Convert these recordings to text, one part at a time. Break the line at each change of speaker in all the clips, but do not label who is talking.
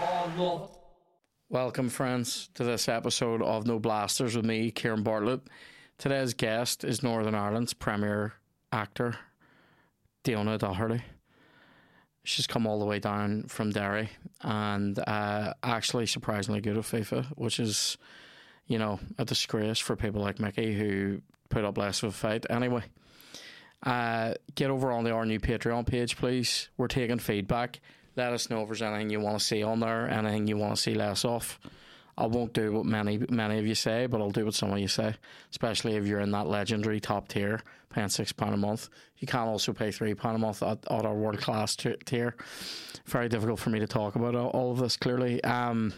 Diablo.
Welcome, friends, to this episode of No Blasters with me, Kieran Bartlett. Today's guest is Northern Ireland's premier actor, Diona Doherty. She's come all the way down from Derry and uh, actually surprisingly good at FIFA, which is, you know, a disgrace for people like Mickey who put up less of a fight. Anyway, uh, get over on the our new Patreon page, please. We're taking feedback. Let us know if there's anything you want to see on there, anything you want to see less of. I won't do what many many of you say, but I'll do what some of you say. Especially if you're in that legendary top tier, paying six pound a month. You can also pay three pound a month at, at our world class t- tier. Very difficult for me to talk about all- all of this clearly. Um,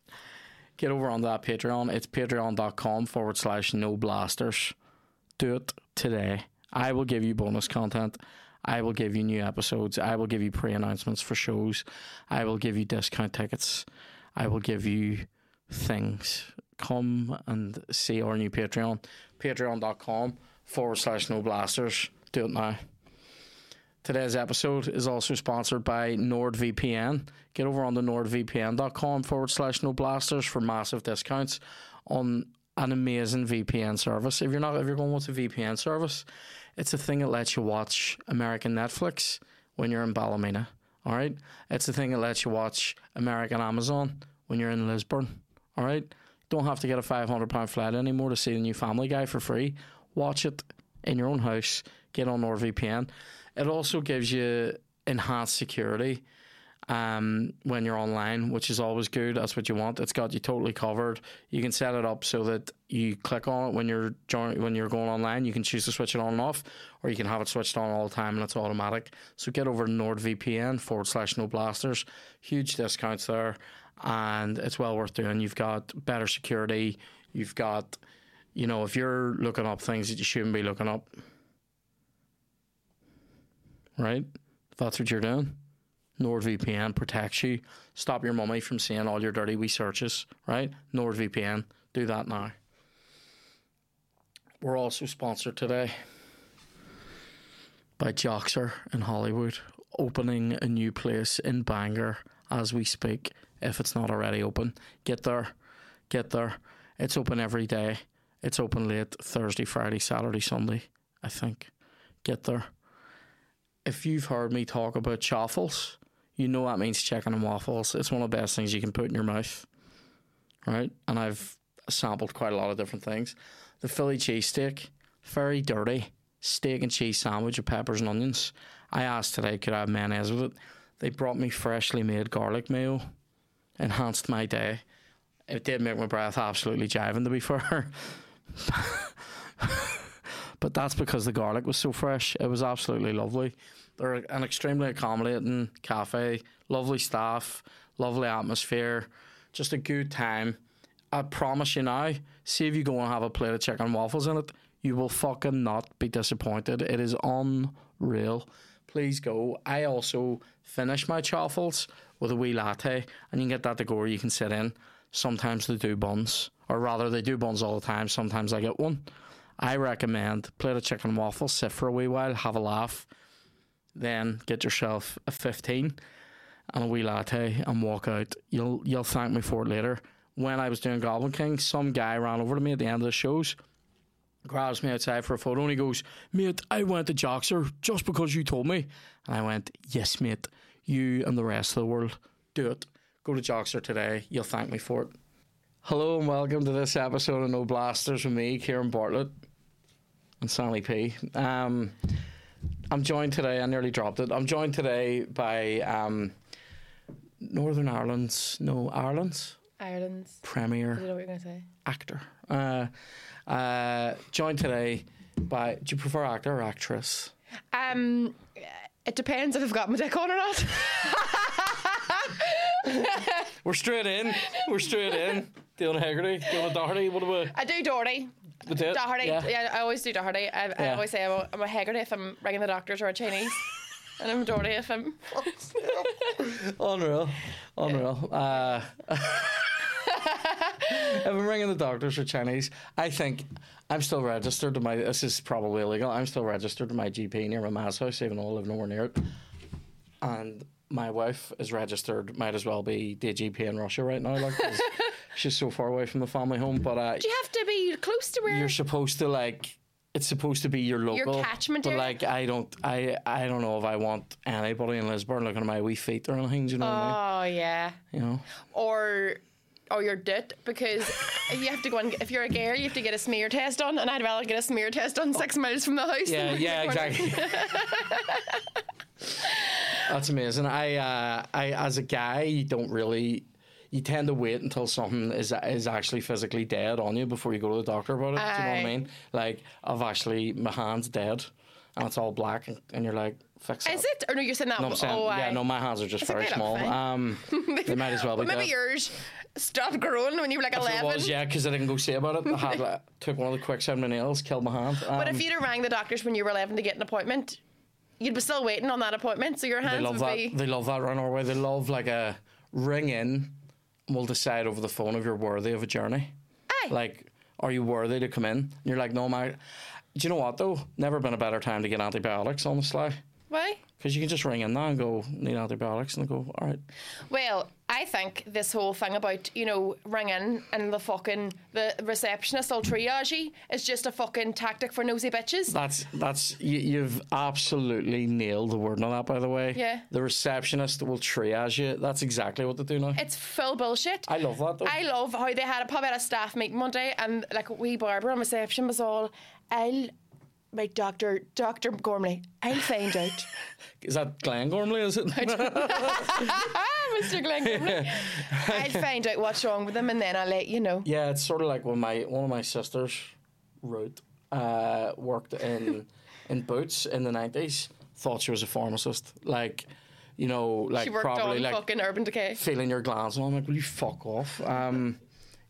get over on that Patreon. It's patreon.com forward slash no blasters do it today. I will give you bonus content. I will give you new episodes. I will give you pre announcements for shows. I will give you discount tickets. I will give you things. Come and see our new Patreon. Patreon.com forward slash no blasters. Do it now. Today's episode is also sponsored by NordVPN. Get over on the nordvpn.com forward slash no blasters for massive discounts on an amazing VPN service. If you're not, if you're going with a VPN service, it's a thing that lets you watch American Netflix when you're in Ballymena. All right, it's the thing that lets you watch American Amazon when you're in Lisburn. All right, don't have to get a five hundred pound flat anymore to see the new Family Guy for free. Watch it in your own house. Get on NordVPN. It also gives you enhanced security um, when you're online, which is always good. That's what you want. It's got you totally covered. You can set it up so that you click on it when you're join- when you're going online. You can choose to switch it on and off, or you can have it switched on all the time and it's automatic. So get over to NordVPN forward slash no blasters. Huge discounts there, and it's well worth doing. You've got better security. You've got, you know, if you're looking up things that you shouldn't be looking up, right? If that's what you're doing. NordVPN protects you. Stop your mummy from seeing all your dirty wee searches, right? NordVPN, do that now. We're also sponsored today by Joxer in Hollywood, opening a new place in Bangor as we speak, if it's not already open. Get there, get there. It's open every day. It's open late Thursday, Friday, Saturday, Sunday, I think. Get there if you've heard me talk about chaffles, you know that means chicken and waffles. It's one of the best things you can put in your mouth, right? And I've sampled quite a lot of different things. The Philly cheesesteak, very dirty steak and cheese sandwich with peppers and onions. I asked today could I have mayonnaise with it. They brought me freshly made garlic mayo. Enhanced my day. It did make my breath absolutely jiving to be fair. but that's because the garlic was so fresh. It was absolutely lovely. They're an extremely accommodating cafe, lovely staff, lovely atmosphere, just a good time. I promise you now, see if you go and have a plate of chicken and waffles in it, you will fucking not be disappointed. It is unreal. Please go. I also finish my chaffles with a wee latte, and you can get that to go where you can sit in. Sometimes they do buns, or rather, they do buns all the time. Sometimes I get one. I recommend plate of chicken and waffles, sit for a wee while, have a laugh, then get yourself a 15 and a wee latte and walk out. You'll you'll thank me for it later. When I was doing Goblin King, some guy ran over to me at the end of the shows, grabs me outside for a photo, and he goes, Mate, I went to Joxer just because you told me. And I went, Yes, mate, you and the rest of the world, do it. Go to Joxer today. You'll thank me for it. Hello and welcome to this episode of No Blasters with me, Kieran Bartlett and Sally P. Um, I'm joined today. I nearly dropped it. I'm joined today by um, Northern Ireland's, no Ireland's
Ireland's. I don't
premier
know what you're gonna say.
actor. Uh, uh, joined today by. Do you prefer actor or actress?
Um, it depends if I've got my dick on or not.
We're straight in. We're straight in. Dylan Hegarty, Dylan Doherty. What about
I do Doherty.
we do it?
Doherty. Yeah.
Yeah.
I always do Doherty. I, I
Yeah.
always say I'm a, I'm a Haggerty if I'm ringing the doctors or a Chinese, and I'm Doherty if I'm.
Unreal. Unreal. Uh, if I'm ringing the doctors or Chinese, I think I'm still registered to my. This is probably illegal. I'm still registered to my GP near my ma's house, even though I live nowhere near it. And my wife is registered, might as well be the GP in Russia right now. Like, 'cause she's so far away from the family home. But uh,
Do you have to be close to where
you're supposed to like it's supposed to be your local
catchment
but
area?
like i don't i i don't know if i want anybody in lisburn looking at my wee feet or anything do you know what
Oh yeah.
i mean you know
Or or you're dead because you have to go and if you're a girl you have to get a smear test done and I'd rather get a smear test done six miles from the house.
yeah
than-
yeah exactly that's amazing i uh i as a guy you don't really you tend to wait until something is is actually physically dead on you before you go to the doctor about it. Do you know what I
Aye.
mean? Like, I've actually, my hand's dead and it's all black, and, and you're like, fix it.
Is it? Or no, you're saying that.
No, I'm saying,
oh,
yeah,
aye.
no, my hands are just
it
very
made up
small.
fine?
Um, they might as well be
Maybe
dead.
yours stopped growing when you were like
It
eleven.
was, yeah, because I didn't go see about it. I had, like, took one of the quicks out of my nails, killed my hand. Um,
But if you'd have rang the doctors when you were eleven to get an appointment, you'd be still waiting on that appointment. So your
they
hands
love
would
that.
be.
They love that around our way. They love like a ring in. and We'll decide over the phone if you're worthy of a journey.
Aye.
Like, are you worthy to come in? And you're like, no, my. Do you know what though? Never been a better time to get antibiotics on the sly.
Why?
Because you can just ring in now and go, need antibiotics, and they go, all right.
Well, I think this whole thing about, you know, ringing and the fucking, the receptionist all triage you is just a fucking tactic for nosy bitches.
That's that's you, you've absolutely nailed the word on that. By the way,
Yeah.
The receptionist will triage you. That's exactly what they do now.
It's full bullshit.
I love that though.
I love how they had a probably had a staff meeting one day and like wee Barbara on reception was all, I'll, my doctor, Dr. Gormley, I'll find out.
is that Glenn Gormley? Is it?
Mr. Ah, Glenn Gormley, I'll find out what's wrong with them and then I'll let you know.
yeah, it's sort of like when my one of my sisters, Ruth, uh, worked in in Boots in the nineties. Thought she was a pharmacist. Like, you know, like
She worked
probably
on
like
fucking Urban Decay.
feeling your glands. And I'm like, will you fuck off? Um,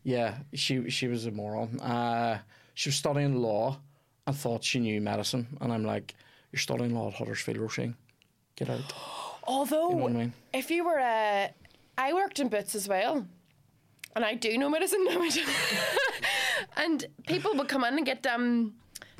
yeah, she she was a moron. Uh, she was studying law and thought she knew medicine. And I'm like, you're studying law at Huddersfield Roisin. Get out.
Although,
what I mean?
if you were a, I worked in Boots as well, and I do know medicine now. I do. and people would come in and get um,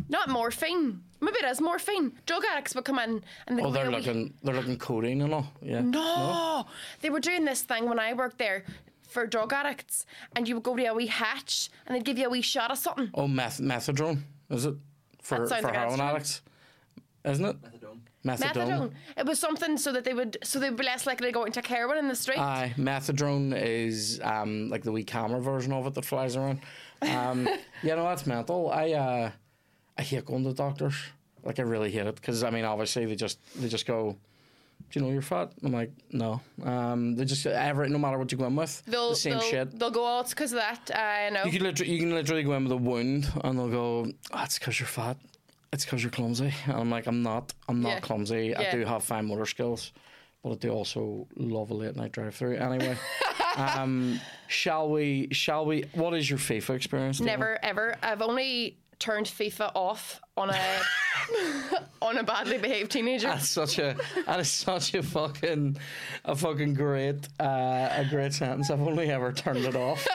not morphine. Maybe it is morphine. Drug addicts would come in and they'd
Oh,
go,
they're
"Here, we-
looking they're looking codeine and all. Yeah.
no. They were doing this thing when I worked there for drug addicts, and you would go to a wee hatch and they'd give you a wee shot of something.
Oh, meth methadone is it for
That sounds
for
like
heroin
Astron.
addicts? Isn't it
Methadone.
methadone?
Methadone. It was something so that they would so they'd be less likely to go out and take heroin in the street.
Aye, methadone is um, like the wee camera version of it that flies around. Um, yeah, no, that's mental. I uh, I hate going to doctors. Like I really hate it because I mean, obviously they just they just go, do you know you're fat? I'm like, no. Um, they just every no matter what you go in with,
they'll,
the same
they'll,
shit.
They'll go, oh, it's because of that. I know.
You can literally you can literally go in with a wound and they'll go, oh, it's because you're fat. It's because you're clumsy. And I'm like, I'm not. I'm not
Yeah.
clumsy. I
Yeah.
do have fine motor skills, but I do also love a late night drive through. Anyway, um, shall we? Shall we? What is your FIFA experience? Dana?
Never ever. I've only turned FIFA off on a on a badly behaved teenager.
That's such a that is such a fucking a fucking great uh, a great sentence. I've only ever turned it off.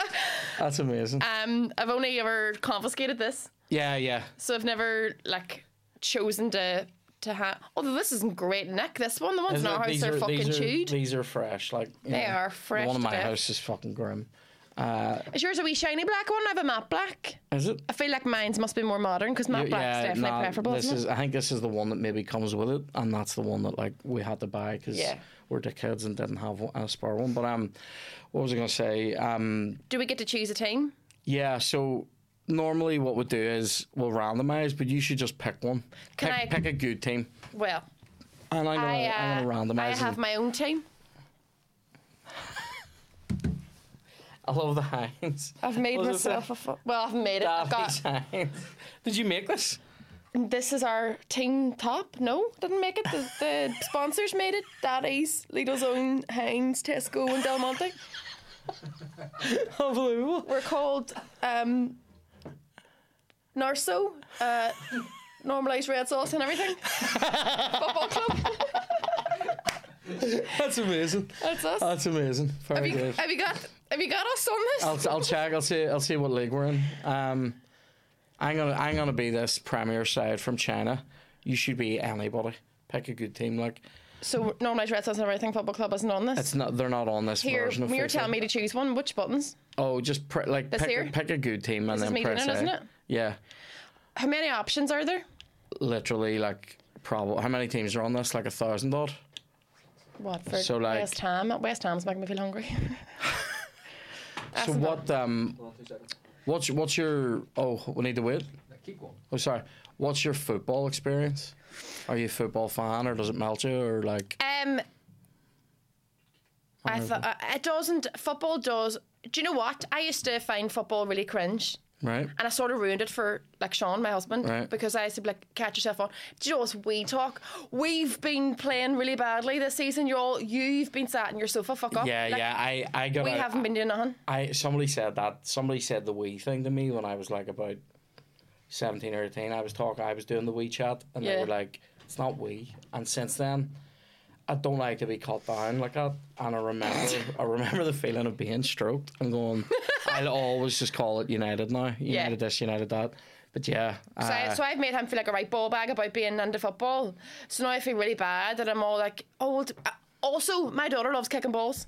That's amazing.
Um, I've only ever confiscated this,
yeah, yeah.
so I've never like chosen to to have. Although this isn't great, Nick. This one, the ones in
Isn't
our
it?
house
These
are, fucking
these
chewed.
These are fresh. Like you
They
know,
are fresh
One in
to
my
death.
house is fucking grim.
Is yours a wee shiny black one? I have a matte black.
Is it?
I feel like mine's must be more modern because matte black's definitely
nah,
preferable.
This
isn't it?
is, I think this is the one that maybe comes with it, and that's the one that like we had to buy because
Yeah.
we're dickheads and didn't have one, a spare one. But um, what was I going to say? Um,
Do we get to choose a team?
yeah. So normally what we do is we'll randomize, but you should just pick one.
Can
pick,
I-
pick a good team?
Well,
And I'm gonna,
I, uh,
I'm gonna randomize.
I
and-
have my own team.
I love the hands.
I've made
Was it
myself a fu- well. I've made it. I've got
Did you make this?
This is our team top. No, didn't make it. The, the sponsors made it. Daddy's, Lidl's Own, Heinz, Tesco, and Del Monte.
Unbelievable.
We're called um, Narso, uh, Normalized Red Sauce, and everything. Football club.
That's amazing.
That's us.
Oh, That's amazing. Very
have, you,
good.
have you got? Have you got us on this?
I'll, I'll check. I'll see. I'll see what league we're in. Um, I'm gonna I'm gonna be this premier side from China. You should be anybody. Pick a good team. Like
So normalised red sauce and everything football club isn't on this.
It's not. They're not on this
Here,
version of
when you're
FIFA.
telling me to choose one, which buttons?
Oh, just pre- like
This
pick,
here?
pick a good team and
This
then
is me doing
press
it,
A.
isn't it?
Yeah,
How many options are there?
literally like probably how many teams are on this? Like a thousand odd.
Watford,
So, like-
West Ham. West Ham's making me feel hungry.
so
That's
what? Um,
Hold on two seconds.
what's what's your? Oh, we need to wait.
No, Keep going.
Oh, sorry. What's your football experience? Are you a football fan, or does it melt you, or like?
Um, I thought uh, it doesn't. Football does. Do you know what? I used to find football really cringe,
Right.
and I sort of ruined it for like Sean, my husband,
Right.
because I used to be like, "Catch yourself on." Do you know what we talk? We've been playing really badly this season. You're all you've been sat on your sofa. Fuck off.
Yeah,
Oh, Like,
yeah. I I got.
We
out-
haven't been doing nothing.
I somebody said that somebody said the wee thing to me when I was like about seventeen or eighteen. I was talking, I was doing the wee chat, and they
Yeah.
were like, "It's not wee." And since then, I don't like to be cut down like that. And I remember, I remember the feeling of being stroked and going, "I'll always just call it United now, United this, United that." But yeah,
So, I,
uh,
so I've made him feel like a right ball bag about being under football. So now I feel really bad that I'm all like, oh, well, t- uh, also, my daughter loves kicking balls.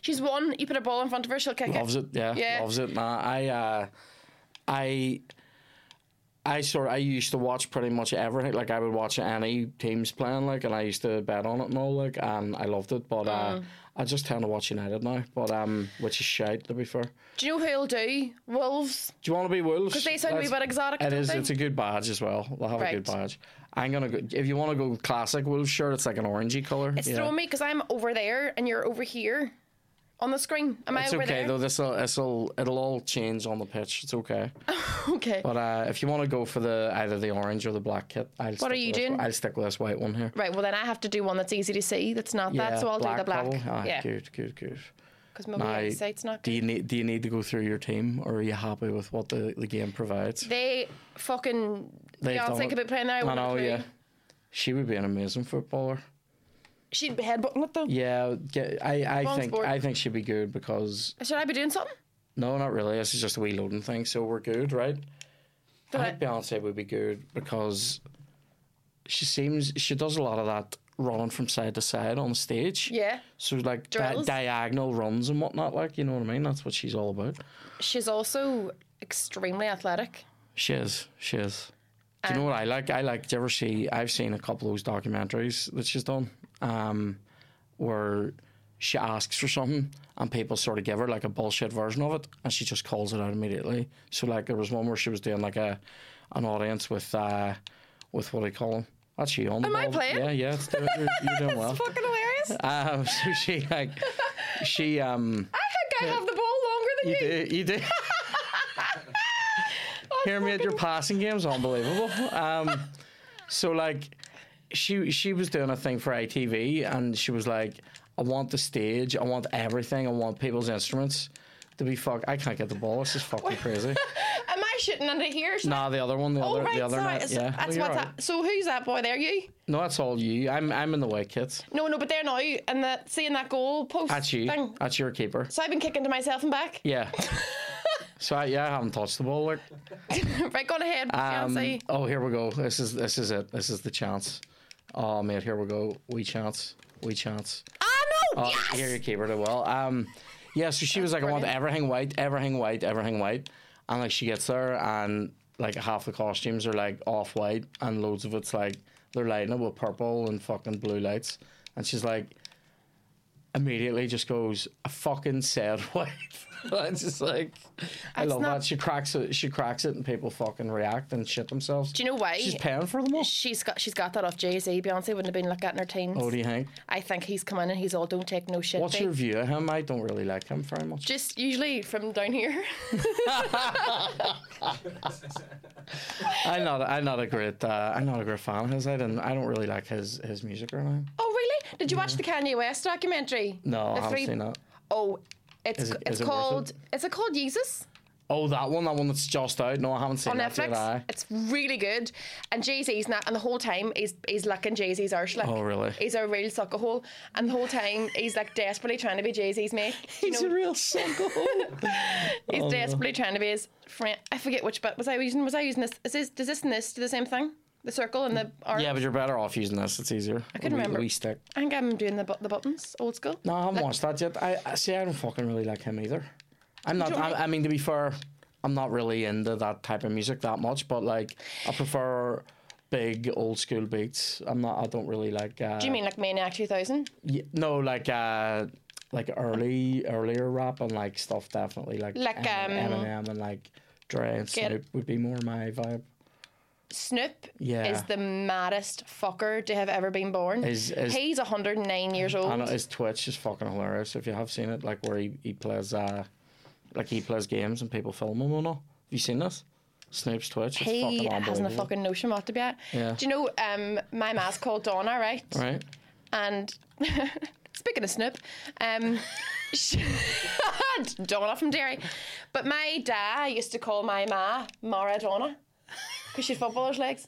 She's one, you put a ball in front of her, she'll kick
loves it. Yeah,
Yeah.
loves it. Nah, I, uh, I, I sort. I used to watch pretty much everything. Like I would watch any teams playing, like, and I used to bet on it and all, like, and I loved it. But
Mm.
uh, I just tend to watch United now. But um, which is shite to be fair. Do
Do you know who'll do? Wolves.
you want to be Wolves? Because
They sound a wee bit exotic.
It
don't
is.
they?
It's a good badge as well. They'll have a good
Right.
badge. I'm gonna go. If you want to go classic Wolves shirt, it's like an orangey color.
It's throwing me because I'm over there and you're over here on the screen. Am
It's
I over
okay
there?
though. This'll this'll it'll all change on the pitch. It's okay.
Okay.
But uh, if you want to go for the either the orange or the black kit, I'll what stick
are
with
you
this one.
doing?
I'll stick with this white one here.
Right, well, then I have to do one that's easy to see that's not that, so I'll do the black.
probably. Ah,
yeah.
good, good, good.
Because my
Now,
wee eyesight's not
do you need do you need to go through your team, or are you happy with what the, the game provides?
They fucking.
They've done
Beyonce
it.
could be playing there. I
I
wouldn't
know,
have a clue.
yeah. She would be an amazing footballer.
She'd be headbutting it though.
Yeah, get, I, I
Wrong
think
sport.
I think she'd be good because
Should I be doing something?
no, not really. This is just a wee loading thing, so we're good, right?
Did
I
I-
think Beyonce would be good because she seems she does a lot of that running from side to side on stage.
Yeah.
So like di-
Drills.
diagonal runs and whatnot, like you know what I mean. That's what she's all about.
She's also extremely athletic.
She is. She is. Do you know what
Uh,
I like? I like. Do you ever see? I've seen a couple of those documentaries that she's done, um, where she asks for something and people sort of give her like a bullshit version of it, and she just calls it out immediately. So like there was one where she was doing like a an audience with uh, with what do you call them? That's you on the
Am I
ball.
playing?
Yeah, yeah. It's, doing- you're, you're doing well.
Fucking hilarious.
Um, so she like she um.
I think I have the ball longer than
You
you.
do. You do. Hear me at your passing game's unbelievable. Um, so like, she she was doing a thing for ITV, and she was like, "I want the stage. I want everything. I want people's instruments to be fuck. I can't get the ball. This is fucking crazy."
Am I shooting under here? Should I-
nah, the other one, the
Oh,
other,
right,
the other
sorry.
night.
It's-
yeah,
That's
No, you're
what's
all
that. So who's that boy there? You?
No, that's all you. I'm I'm in the white kits.
No, no, but they're now and the seeing that goal post.
That's you.
thing.
That's your keeper.
So I've been kicking to myself and back.
Yeah. so I, yeah, I haven't touched the ball. Like,
right, go on ahead,
Um,
Beyonce.
oh, here we go. This is this is it. This is the chance. Oh mate, here we go. We chance. We chance.
Ah no!
Oh,
yes.
Here you keep her to well. Um, yeah. So she was like, I want everything white, everything white, everything white, and like she gets there, and like half the costumes are like off white, and loads of it's like they're lighting it with purple and fucking blue lights, and she's like, immediately just goes, I fucking said white. and it's just like, I
It's
love
not-
that. She cracks it. She cracks it, and people fucking react and shit themselves.
Do you know why?
She's paying for them all.
She's got she's got that off Jay Z. Beyonce wouldn't have been like that in her teens.
What do you think?
I think he's come in and he's all don't take no shit.
Oh, What's
babe."
your view of him? I don't really like him very much.
Just usually from down here.
I'm not. I'm not a great. Uh, I'm not a great fan of his. I don't. I don't really like his his music or anything.
Oh, really? Did you watch the Kanye West documentary?
No, I
the
haven't seen that.
Oh, it's
Is it-
it's
is it worth
called
it?
is it called Jesus
Oh, that one. That one that's just out. No, I haven't seen
on
that yet.
Netflix?
aye.
It's really good. And Jay Z's not, and the whole time he's he's looking Jay Z's arse like.
Oh, really?
He's a real suckerhole, and the whole time he's like desperately trying to be Jay Z's mate. You know,
real sucker.
he's
Oh,
desperately trying to be his friend. I forget which bit was I using. Was I using this? Is this does this and this do the same thing? The circle and the arc.
Yeah, but you're better off using this. It's easier. I
couldn't
the wee,
remember.
The wee stick.
I think I'm doing the, bu- the buttons, old school.
No, I haven't watched that yet. I I- see. I don't fucking really like him either. I'm not.
don't
I,
like-
I mean, to be fair, I'm not really into that type of music that much. But like, I prefer big old school beats. I'm not. I don't really like. Uh,
Do you mean like Maniac 2000?
y- no, like uh, like early earlier rap and like stuff. Definitely like
Like,
Em-
um,
Eminem and like Dre and
Get-
Snoop would be more my vibe.
Snoop
Yeah.
is the maddest fucker to have ever been born.
Is- is-
He's 109 years old.
And his Twitch is fucking hilarious. If you have seen it, like where he, he plays, uh, like he plays games and people film him and all. Have you seen this? Snoop's Twitch. It's
he
fucking
hasn't a
unbelievable.
fucking notion what to be at.
Yeah.
Do you know, um, my ma's called Donna, right?
Right.
And speaking of Snoop, um, she, Donna from Derry. But my dad used to call my ma Maradona because she had footballer's legs.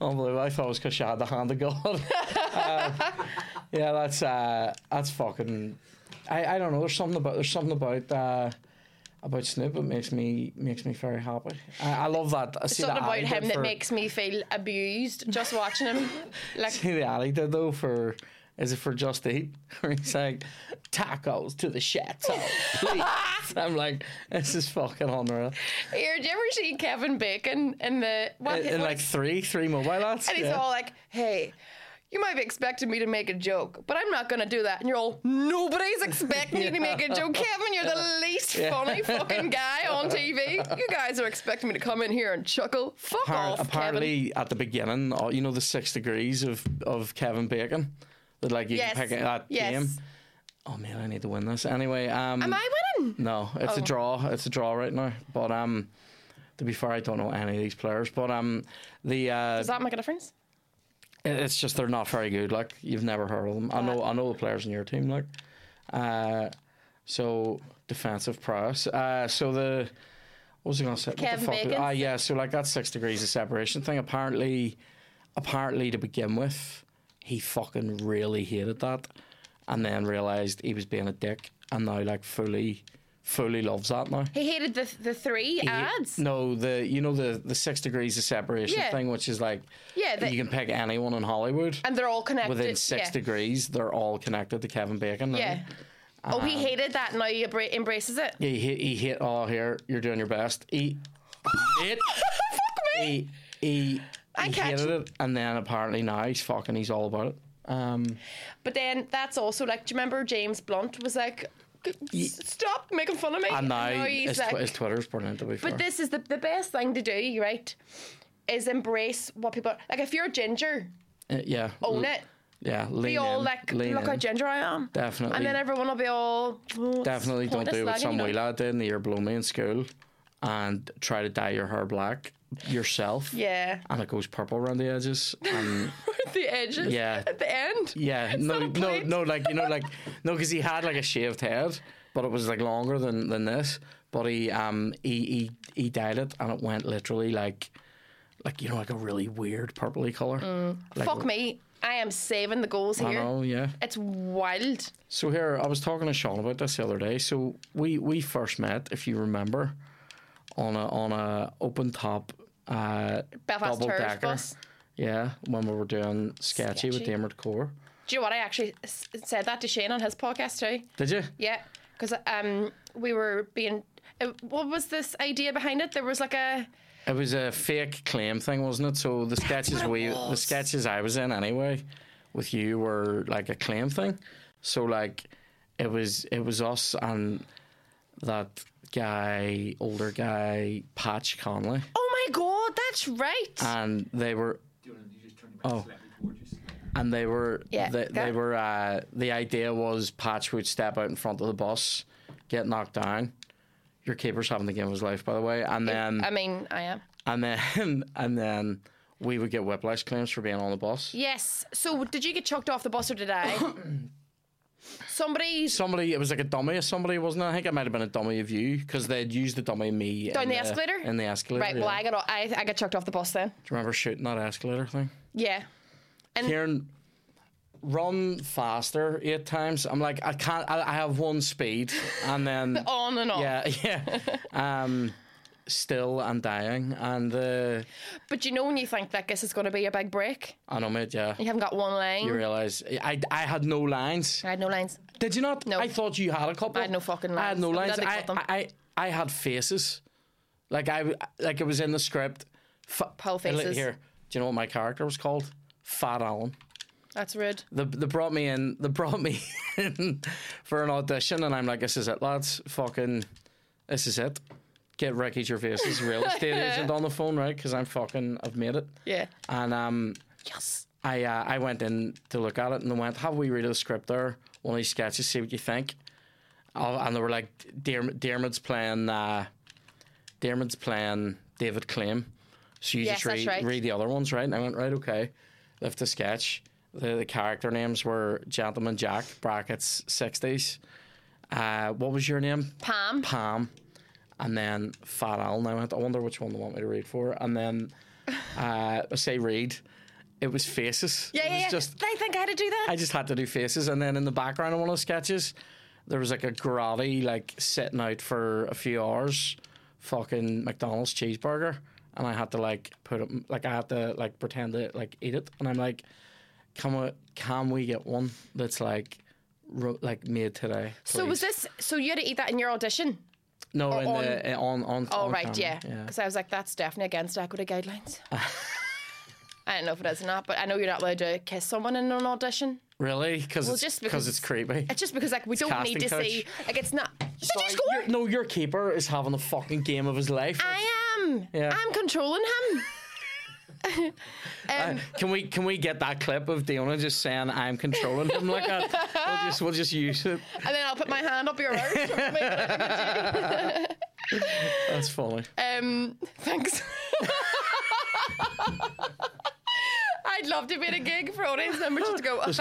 Unbelievable. I thought it was because she had the hand of God. Um, yeah, that's uh, that's fucking. I, I don't know. There's something about there's something about uh, about Snoop that makes me makes me very happy. I, I love that. I see
Something
that
about
Ali did
him that
for-
makes me feel abused just watching him. Like,
see the alley did though for is it for Just Eat? Where he's like tacos to the chateau, please. I'm like, this is fucking unreal.
here, did you ever see Kevin Bacon in the what,
In, in
what-
like three, three mobile ads.
And he's
yeah.
all like, hey, you might be expecting me to make a joke, but I'm not going to do that. And you're all, nobody's expecting you to make a joke. Kevin, you're the least funny fucking guy on TV. You guys are expecting me to come in here and chuckle. Fuck
Appar-
off, Kevin.
apparently at the beginning, oh, you know the six degrees of of Kevin Bacon. That like you
Yes,
can pick it- that
yes.
game. Oh man, I need to win this. Anyway, um,
Am I Oh. winning?
no, it's a draw. It's a draw right now. But um, to be fair, I don't know any of these players. But um, the uh,
Does that make a difference?
It- It's just they're not very good. Like you've never heard of them. I know. I know the players in your team. Like, uh, so defensive prowess. Uh, so the what was I going to say?
Kevin
what the fuck?
Bacon?
Ah, yeah. So like that six degrees of separation thing. Apparently, apparently to begin with, he fucking really hated that, and then realized he was being a dick, and now like fully, fully loves that now.
He hated the, the three ads.
No, the you know the the six degrees of separation
Yeah.
thing, which is like
Yeah, the-
you can pick anyone in Hollywood
And they're all connected.
within six
yeah.
degrees, they're all connected to Kevin Bacon. right?
Yeah. Oh,
Uh-huh.
he hated that. Now he abra- embraces it.
He hit. He hit. Oh, here you're doing your best. He hit.
Fuck me.
He he.
I
he
catch
hated
it.
it, and then apparently now he's fucking. He's all about it. Um,
But then that's also like, do you remember James Blunt was like, "G- s- stop making fun of me?
and now,
he's
his, tw- his Twitter's burning to be fair.
But this is the, the best thing to do, right? Is embrace what people like. If you're ginger,
Uh, yeah,
own
l-
it.
Yeah, lean
Be all
in,
like,
lean
look
in.
how ginger I am.
Definitely.
And then everyone will be all "Oh, it's
Definitely don't
pointless
do what
lagging,"
some
you know?
wee lad did in the year below me in school, and try to dye your hair black yourself,
Yeah,
and it goes purple around the edges, and
the edges.
Yeah.
at the end.
Yeah, no,
not a
no,
plate.
no, like you know, like no, because he had like a shaved head, but it was like longer than than this. But he um he he, he dyed it, and it went literally like, like you know, like a really weird purpley color.
Mm,
Like,
Fuck me, I am saving the goals
I
here.
know, yeah.
It's wild.
So here, I was talking to Sean about this the other day. So we we first met, if you remember, on a on a open top uh
Belfast
double
Turf
decker.
bus.
Yeah, when we were doing sketchy, with
Sketchy.
Damard Core.
Do you know what? I actually s- said that to Shane on his podcast too.
Did you?
Yeah, because um, we were being. Uh, what was this idea behind it? There was like a.
It was a fake claim thing, wasn't it? So the sketches
what it
we, the
was.
sketches I was in anyway, with you were like a claim thing. So like, it was it was us and that guy, older guy, Patch Conley,
Oh my god, that's right.
and they were
Do you want to you just turn your mic slightly gorgeous?
and they were
Yeah,
they,
go.
they were uh, the idea was Patch would step out in front of the bus, get knocked down. Your keeper's having the game of his life, by the way, and then
I mean, I am.
and then and then we would get whiplash claims for being on the bus.
Yes. So, did you get chucked off the bus or did I? Somebody's
somebody it was like a dummy of somebody wasn't it? I think it might have been a dummy of you because they'd used the dummy of me
Down
in
the escalator?
in the escalator
right.
yeah.
Well, I got o- I, I got chucked off the bus then.
do you remember shooting that escalator thing
Yeah.
Kieran run faster eight times I'm like I
Oh.
can't I, I have one speed and then
On and off.
yeah yeah um still and dying, and uh,
But you know when you think that this is going to be a big break,
I know, mate. Yeah,
you haven't got one line.
you realise I I had no lines.
I had no lines.
Did you not?
No.
I thought you had a couple.
I had no fucking
I had no lines.
lines. I'm glad
I,
they cut
I, I I had faces, like I w- like it was in the script. Fa-
Pull faces.
Here, do you know what my character was called? Fat Alan.
That's rude.
They, they brought me in. They brought me in for an audition, and I'm like, "This is it, lads. Fucking, this is it. Get Ricky Gervais's real estate agent on the phone, right? Because I'm fucking, I've made it."
Yeah.
And um,
Yes.
I uh, I went in to look at it and they went, "Have we read the script there? One of these sketches, see what you think." Oh, and they were like, Derm- "Dermot's playing, uh, Dermot's playing David Claim, so you
Yes,
just read
that's right.
read the other ones, right?" And I went, "Right, okay." Left the sketch. The, the character names were Gentleman Jack brackets sixties. Uh, what was your name?
Pam.
Pam, and then Fat Al. And I went, I wonder which one they want me to read for. And then uh, I say read. It was faces.
Yeah,
it was
yeah.
Just
they think I had to do that.
I just had to do faces, and then in the background of one of the sketches, there was like a karate like sitting out for a few hours, fucking McDonald's cheeseburger, and I had to like put it like I had to like pretend to like eat it, and I'm like, can we can we get one that's like ro- like made today?
so was
please?"
this? So you had to eat that in your audition?
no in
on-
the eh, on on
Oh
on
right,
camera,
yeah. Because I was like, that's definitely against equity guidelines. I don't know if it is or not, but I know you're not allowed to kiss someone in an audition.
Really? Because it's,
just because
because it's creepy.
It's just because like we don't need
casting
to see. Like it's not. Did you
Like,
score?
your- no, your keeper is having a fucking game of his life.
I am.
Yeah.
I'm controlling him. um,
Can we can we get that clip of Diona just saying I'm controlling him like that? We'll just we'll just use it.
and then I'll put my hand up your arse. Make it look at you.
That's funny.
Um, thanks. I'd love to be at a gig for audience members just to go, that's,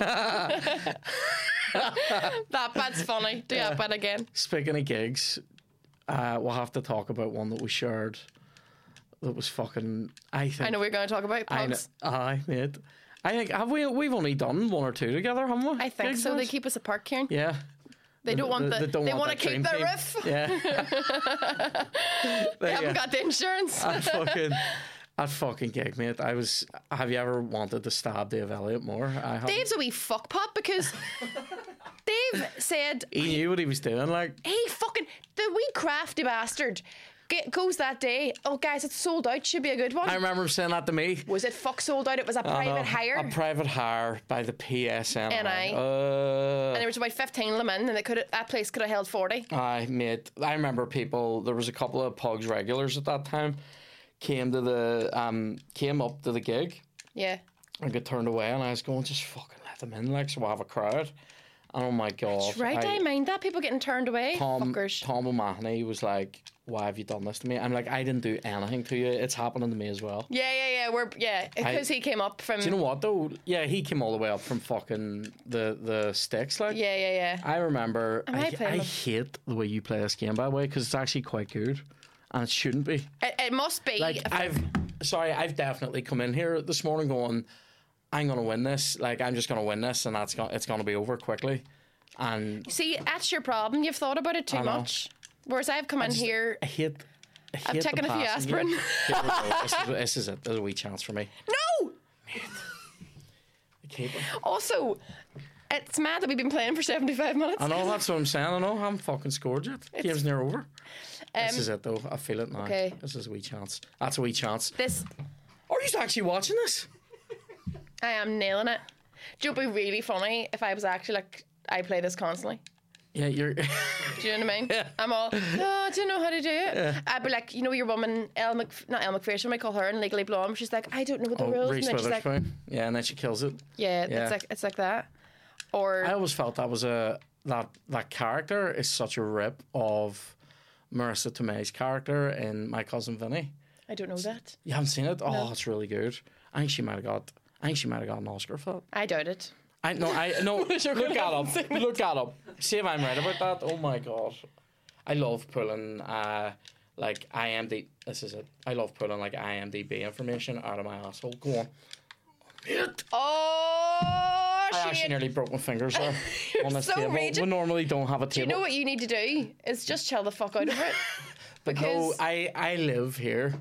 funny."
that bit's funny. Do that bit again.
Speaking of gigs, uh, we'll have to talk about one that we shared. That was fucking. I think.
I know we're going to talk about
I know.
pubs.
Aye, mate. I think have we we've only done one or two together, haven't we?
I, think
Gigs
so. They
wise?
keep us apart, Karen.
Yeah.
They don't want the. They,
don't
want to
that dream
keep the
team.
roof.
Yeah.
They haven't got the insurance.
I fucking. I fucking gig, mate. I was. Have you ever wanted to stab Dave Elliott more? I have.
Dave's a wee fuck pop because Dave said
he knew what he was doing. Like,
he fucking the wee crafty bastard get, goes that day. Oh guys, it's sold out. Should be a good one.
I remember him saying that to me.
was it fuck sold out? It was a private
No,
hire.
A private hire by the PSNI.
NI.
Uh,
there was about 15 lemon and they could that place could have held 40
I mate, I remember people. There was a couple of Pugs regulars at that time. Came to the um, came up to the gig
yeah
and got turned away, and I was going, just fucking let them in, like, so we'll have a crowd. And oh my god,
right I,
I-
mind that people getting turned away
Tom,
fuckers
Tom O'Mahony was like, "Why have you done this to me?" I'm like, "I didn't do anything to you. It's happening to me as well."
yeah yeah yeah we're yeah because he came up from
You know what though? Yeah, he came all the way up from fucking the the sticks, like.
yeah yeah yeah
I remember. I,
I playing
I
them?
hate the way you play this game, by the way, because it's actually quite good, and it shouldn't be.
it, it must be
Like
a-
I've, sorry, I've definitely come in here this morning going, I'm gonna win this. Like I'm just gonna win this, and that's gonna it's gonna be over quickly. And
see that's your problem you've thought about it too
know.
much whereas I've come in here
I hate. I hate the
taken a few
passing
aspirin.
game. Here we go. this, is, this is it. There's a wee chance for me.
no
Keep it.
also it's mad that we've been playing for 75 minutes
I know that's what I'm saying. I know I haven't fucking scored yet. Game's near over.
Um,
this is it though. I feel it now.
okay.
This is a wee chance. That's a wee chance.
this
Are you actually watching this?
I am nailing it do you know it'd be really funny if I was actually like I play this constantly
Yeah, you're.
Do you know what I mean? I'm all, oh, I don't know how to do it. I'd be like, you know, your woman, Elle Mc, not Elle McPherson, we call her in Legally Blonde. She's like, I don't know the
Oh,
rules.
Reese
and then she's like,
Witherspoon. yeah, and then she kills it.
yeah,
Yeah.
It's, like, it's like that. Or,
I always felt that was a that that character is such a rip of Marissa Tomei's character in My Cousin Vinny.
I don't know that.
You haven't seen it? Oh, it's really good. I think she might have got. I think she might have got an Oscar for that.
I doubt it.
I no, I no. look that up. Look that up. See if I'm right about that. Oh my god, I love pulling uh like IMDb. This is it. I love pulling like IMDb information out of my asshole. Go on.
Oh,
I
shit.
actually nearly broke my fingers there on this
so
table.
raging.
We normally don't have a table.
You know what you need to do is just chill the fuck out of it.
No,
because
I, I live here,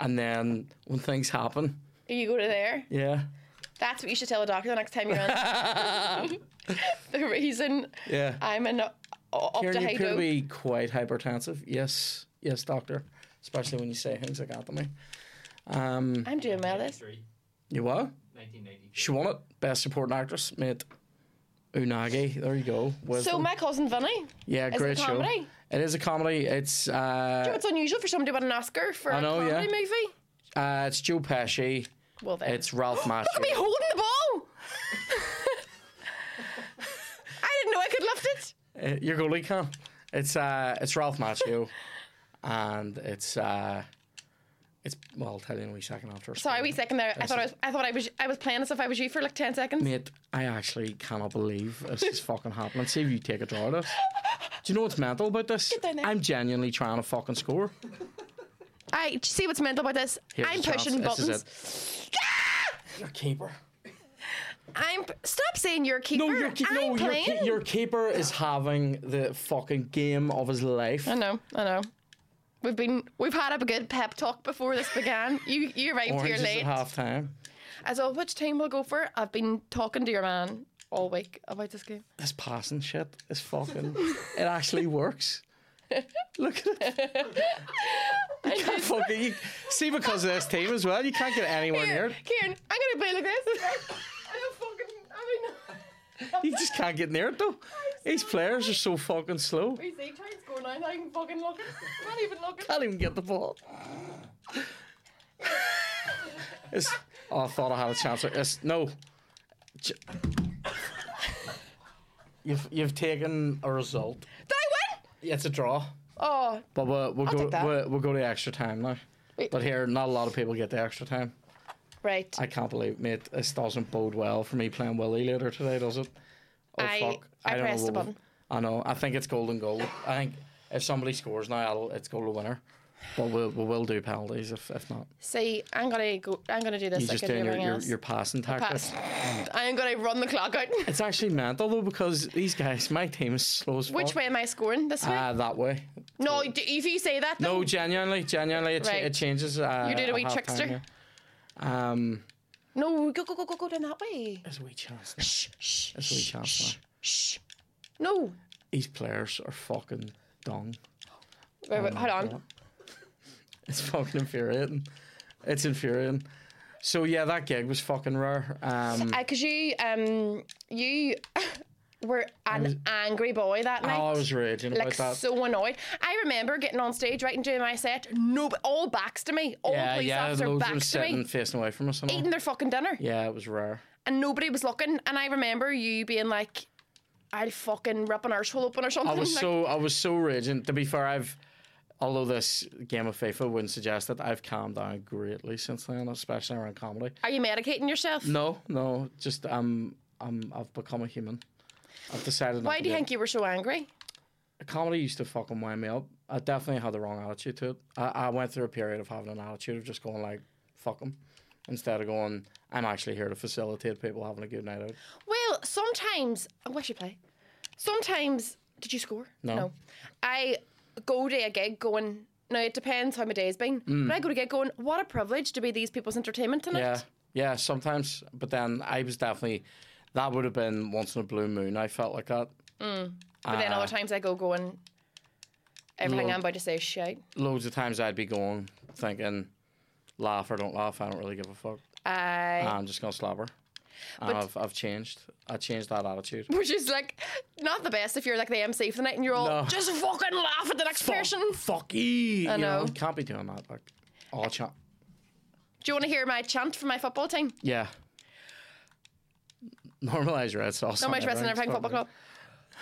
and then when things happen,
you go to there.
yeah,
That's what you should tell the doctor the next time you're on. the reason
yeah.
I'm in up to
Karen, you
high
could
dope.
be quite hypertensive. Yes, yes, doctor. Especially when you say things like that to me. Um,
I'm doing well this.
93,
you what?
1993.
She won it. Best supporting actress, mate. Unagi. There you go.
So
Wisdom.
my cousin Vinny.
yeah,
it a
great show.
comedy?
It is a comedy. It's uh,
It's unusual for somebody to win an Oscar for
I
a
know,
comedy
yeah.
movie.
uh, it's Joe Pesci.
Well then.
It's Ralph
Look at me
Macchio.
holding the ball. I didn't know I could lift it.
Uh, Your goalie can. It's uh, it's Ralph Macchio, and it's uh, it's well, I'll tell you in a wee second after.
Sorry, wee second there. I thought I was. I thought I was. I was playing as if I was you for like ten seconds.
Mate, I actually cannot believe this is fucking happening. See if you take a draw at it. Do you know what's mental about this?
down there.
I'm genuinely trying to fucking score.
I do you see what's mental about this.
Here's
I'm
a chance.
pushing
This is
buttons. Ah!
it. Your keeper.
I'm. p- Stop saying you're a keeper.
No, your, keep,
I'm
no your,
playing.
keep, your keeper is having the fucking game of his life.
I know. I know. We've been. We've had a good pep talk before this began. You. You arrived here
Orange is at
late.
half time.
As well, which team will go for? it? I've been talking to your man all week about this game.
This passing shit is fucking. it actually works. Look at it.
I
Can't
did.
fucking, you, see, because of this team as well, you can't get anywhere near it.
Kieran, Kieran, I'm gonna play like this. I don't fucking. I mean.
You just can't get near it though. These players are so fucking slow.
You see, try and score now. Not even fucking looking. Not even looking.
Can't even get the ball. It's, oh, I thought I had a chance. It's, no. J- You've, you've taken a result.
Did I win?
It's a draw.
Oh,
But we'll, we'll go
take that.
we'll, we'll go to extra time now.
Wait.
But here, not a lot of people get the extra time.
right.
I can't believe, mate, this doesn't bode well for me playing Willie later today, does it? Oh,
I-
fuck.
I
don't
pressed
know
the
what
button.
we- I know. I think it's golden goal. I think if somebody scores now, I'll, it's goal to winner. But we'll, we will do penalties if, if not.
See, I'm gonna go. I'm gonna do this.
You're
like
just
I do
doing your,
everything
your,
else.
your passing tactics.
Pass. I'm gonna run the clock out.
It's actually mental, though, because these guys, my team is slow as
Which
fuck.
way am I scoring? This way?
Ah, that way.
no, d- if you say that,
No,
though,
genuinely, genuinely, it, cha-
Right.
it changes. Uh,
You're doing a
at
wee
half-time,
trickster.
yeah. Um,
no, go go go go go down that way.
there's a wee chance.
Shh, shh,
There's a wee chance. Now.
shh. No,
These players are fucking dung.
wait, wait,
Oh
hold
my
on.
God. It's fucking infuriating. It's infuriating. So yeah, that gig was fucking rare. Um,
Because Uh, you, um, you were an angry boy that night.
Oh, I was raging
like
about that.
so annoyed. I remember getting on stage right and doing my set. No, all backs to me. All
yeah,
police
yeah,
officers
loads of them
backs to
sitting
me,
facing away from us. And all.
eating their fucking dinner.
Yeah, it was rare.
and nobody was looking. And I remember you being like, "I'll fucking rip an arsehole open or something."
I was
like,
so I was so raging. To be fair, I've although this game of FIFA wouldn't suggest it, I've calmed down greatly since then, especially around comedy.
Are you medicating yourself?
No, no, just um, um, I've become a human. I've decided. not
Why
to
do you
get-
think you were so angry?
comedy used to fucking wind me up. I definitely had the wrong attitude to it. I, I went through a period of having an attitude of just going like, fuck them, instead of going, I'm actually here to facilitate people having a good night out.
Well, sometimes oh, where should play? Sometimes did you score?
No.
I go to a gig going. Now it depends how my day's been, but I go to a gig going. What a privilege to be these people's entertainment tonight.
Mm. Yeah, yeah, sometimes. But then I was definitely, that would have been once in a blue moon. I felt like that.
But then
Uh-uh.
other times I go going. Everything
Love-
I'm about to say is shit.
Loads of times I'd be going thinking, laugh or don't laugh. I don't really give a fuck.
I
I'm just gonna slap her. And I've, I've changed. I changed that attitude.
which is like not the best if you're like the MC for the night and you're all
No.
just fucking laugh at the next person.
Fuck, fuck ye. I
know.
can't be doing that. Like, oh, cha-
Do you want to hear my chant for my football team?
Yeah. Normalize your red sauce.
No,
on
my dress in
everything.
everything football club.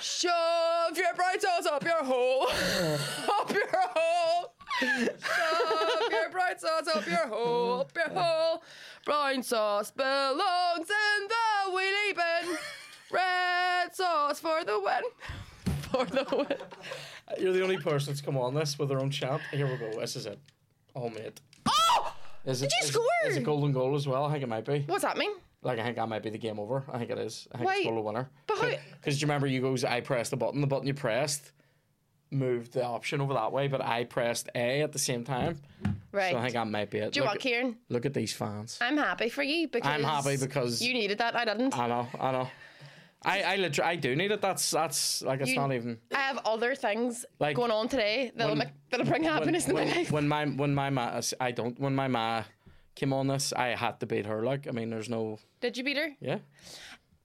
Shove your bright sauce up your hole, up your hole. Shove your bright sauce up your hole, up your hole. Brown sauce belongs in the wheelie bin. Red sauce for the win. For the win.
You're the only person that's come on this with their own chant. Here we go. This is it. Oh, mate.
Oh,
Is it,
Did you
is,
score?
Is it golden goal as well? I think it might be.
what's that mean?
Like, I think that might be the game over. I think it is. I think
Wait,
it's goal to winner.
but how-
Because do you remember you goes, I pressed the button, the button you pressed moved the option over that way, but I pressed A at the same time.
Right.
So I think that might be it.
Do you
look,
want Kieran?
look at these fans.
I'm happy for you because
I'm happy Uh, because-
you needed that. I didn't.
I know, I know. I I, liter- I do need it. That's that's like it's
You-
not even
I have other things
Like,
going on today that'll
when-
make, that'll bring happiness
when,
in my
when,
life.
when my when my ma I don't when my ma came on this I had to beat her. Like I mean, there's no
did you beat her?
yeah.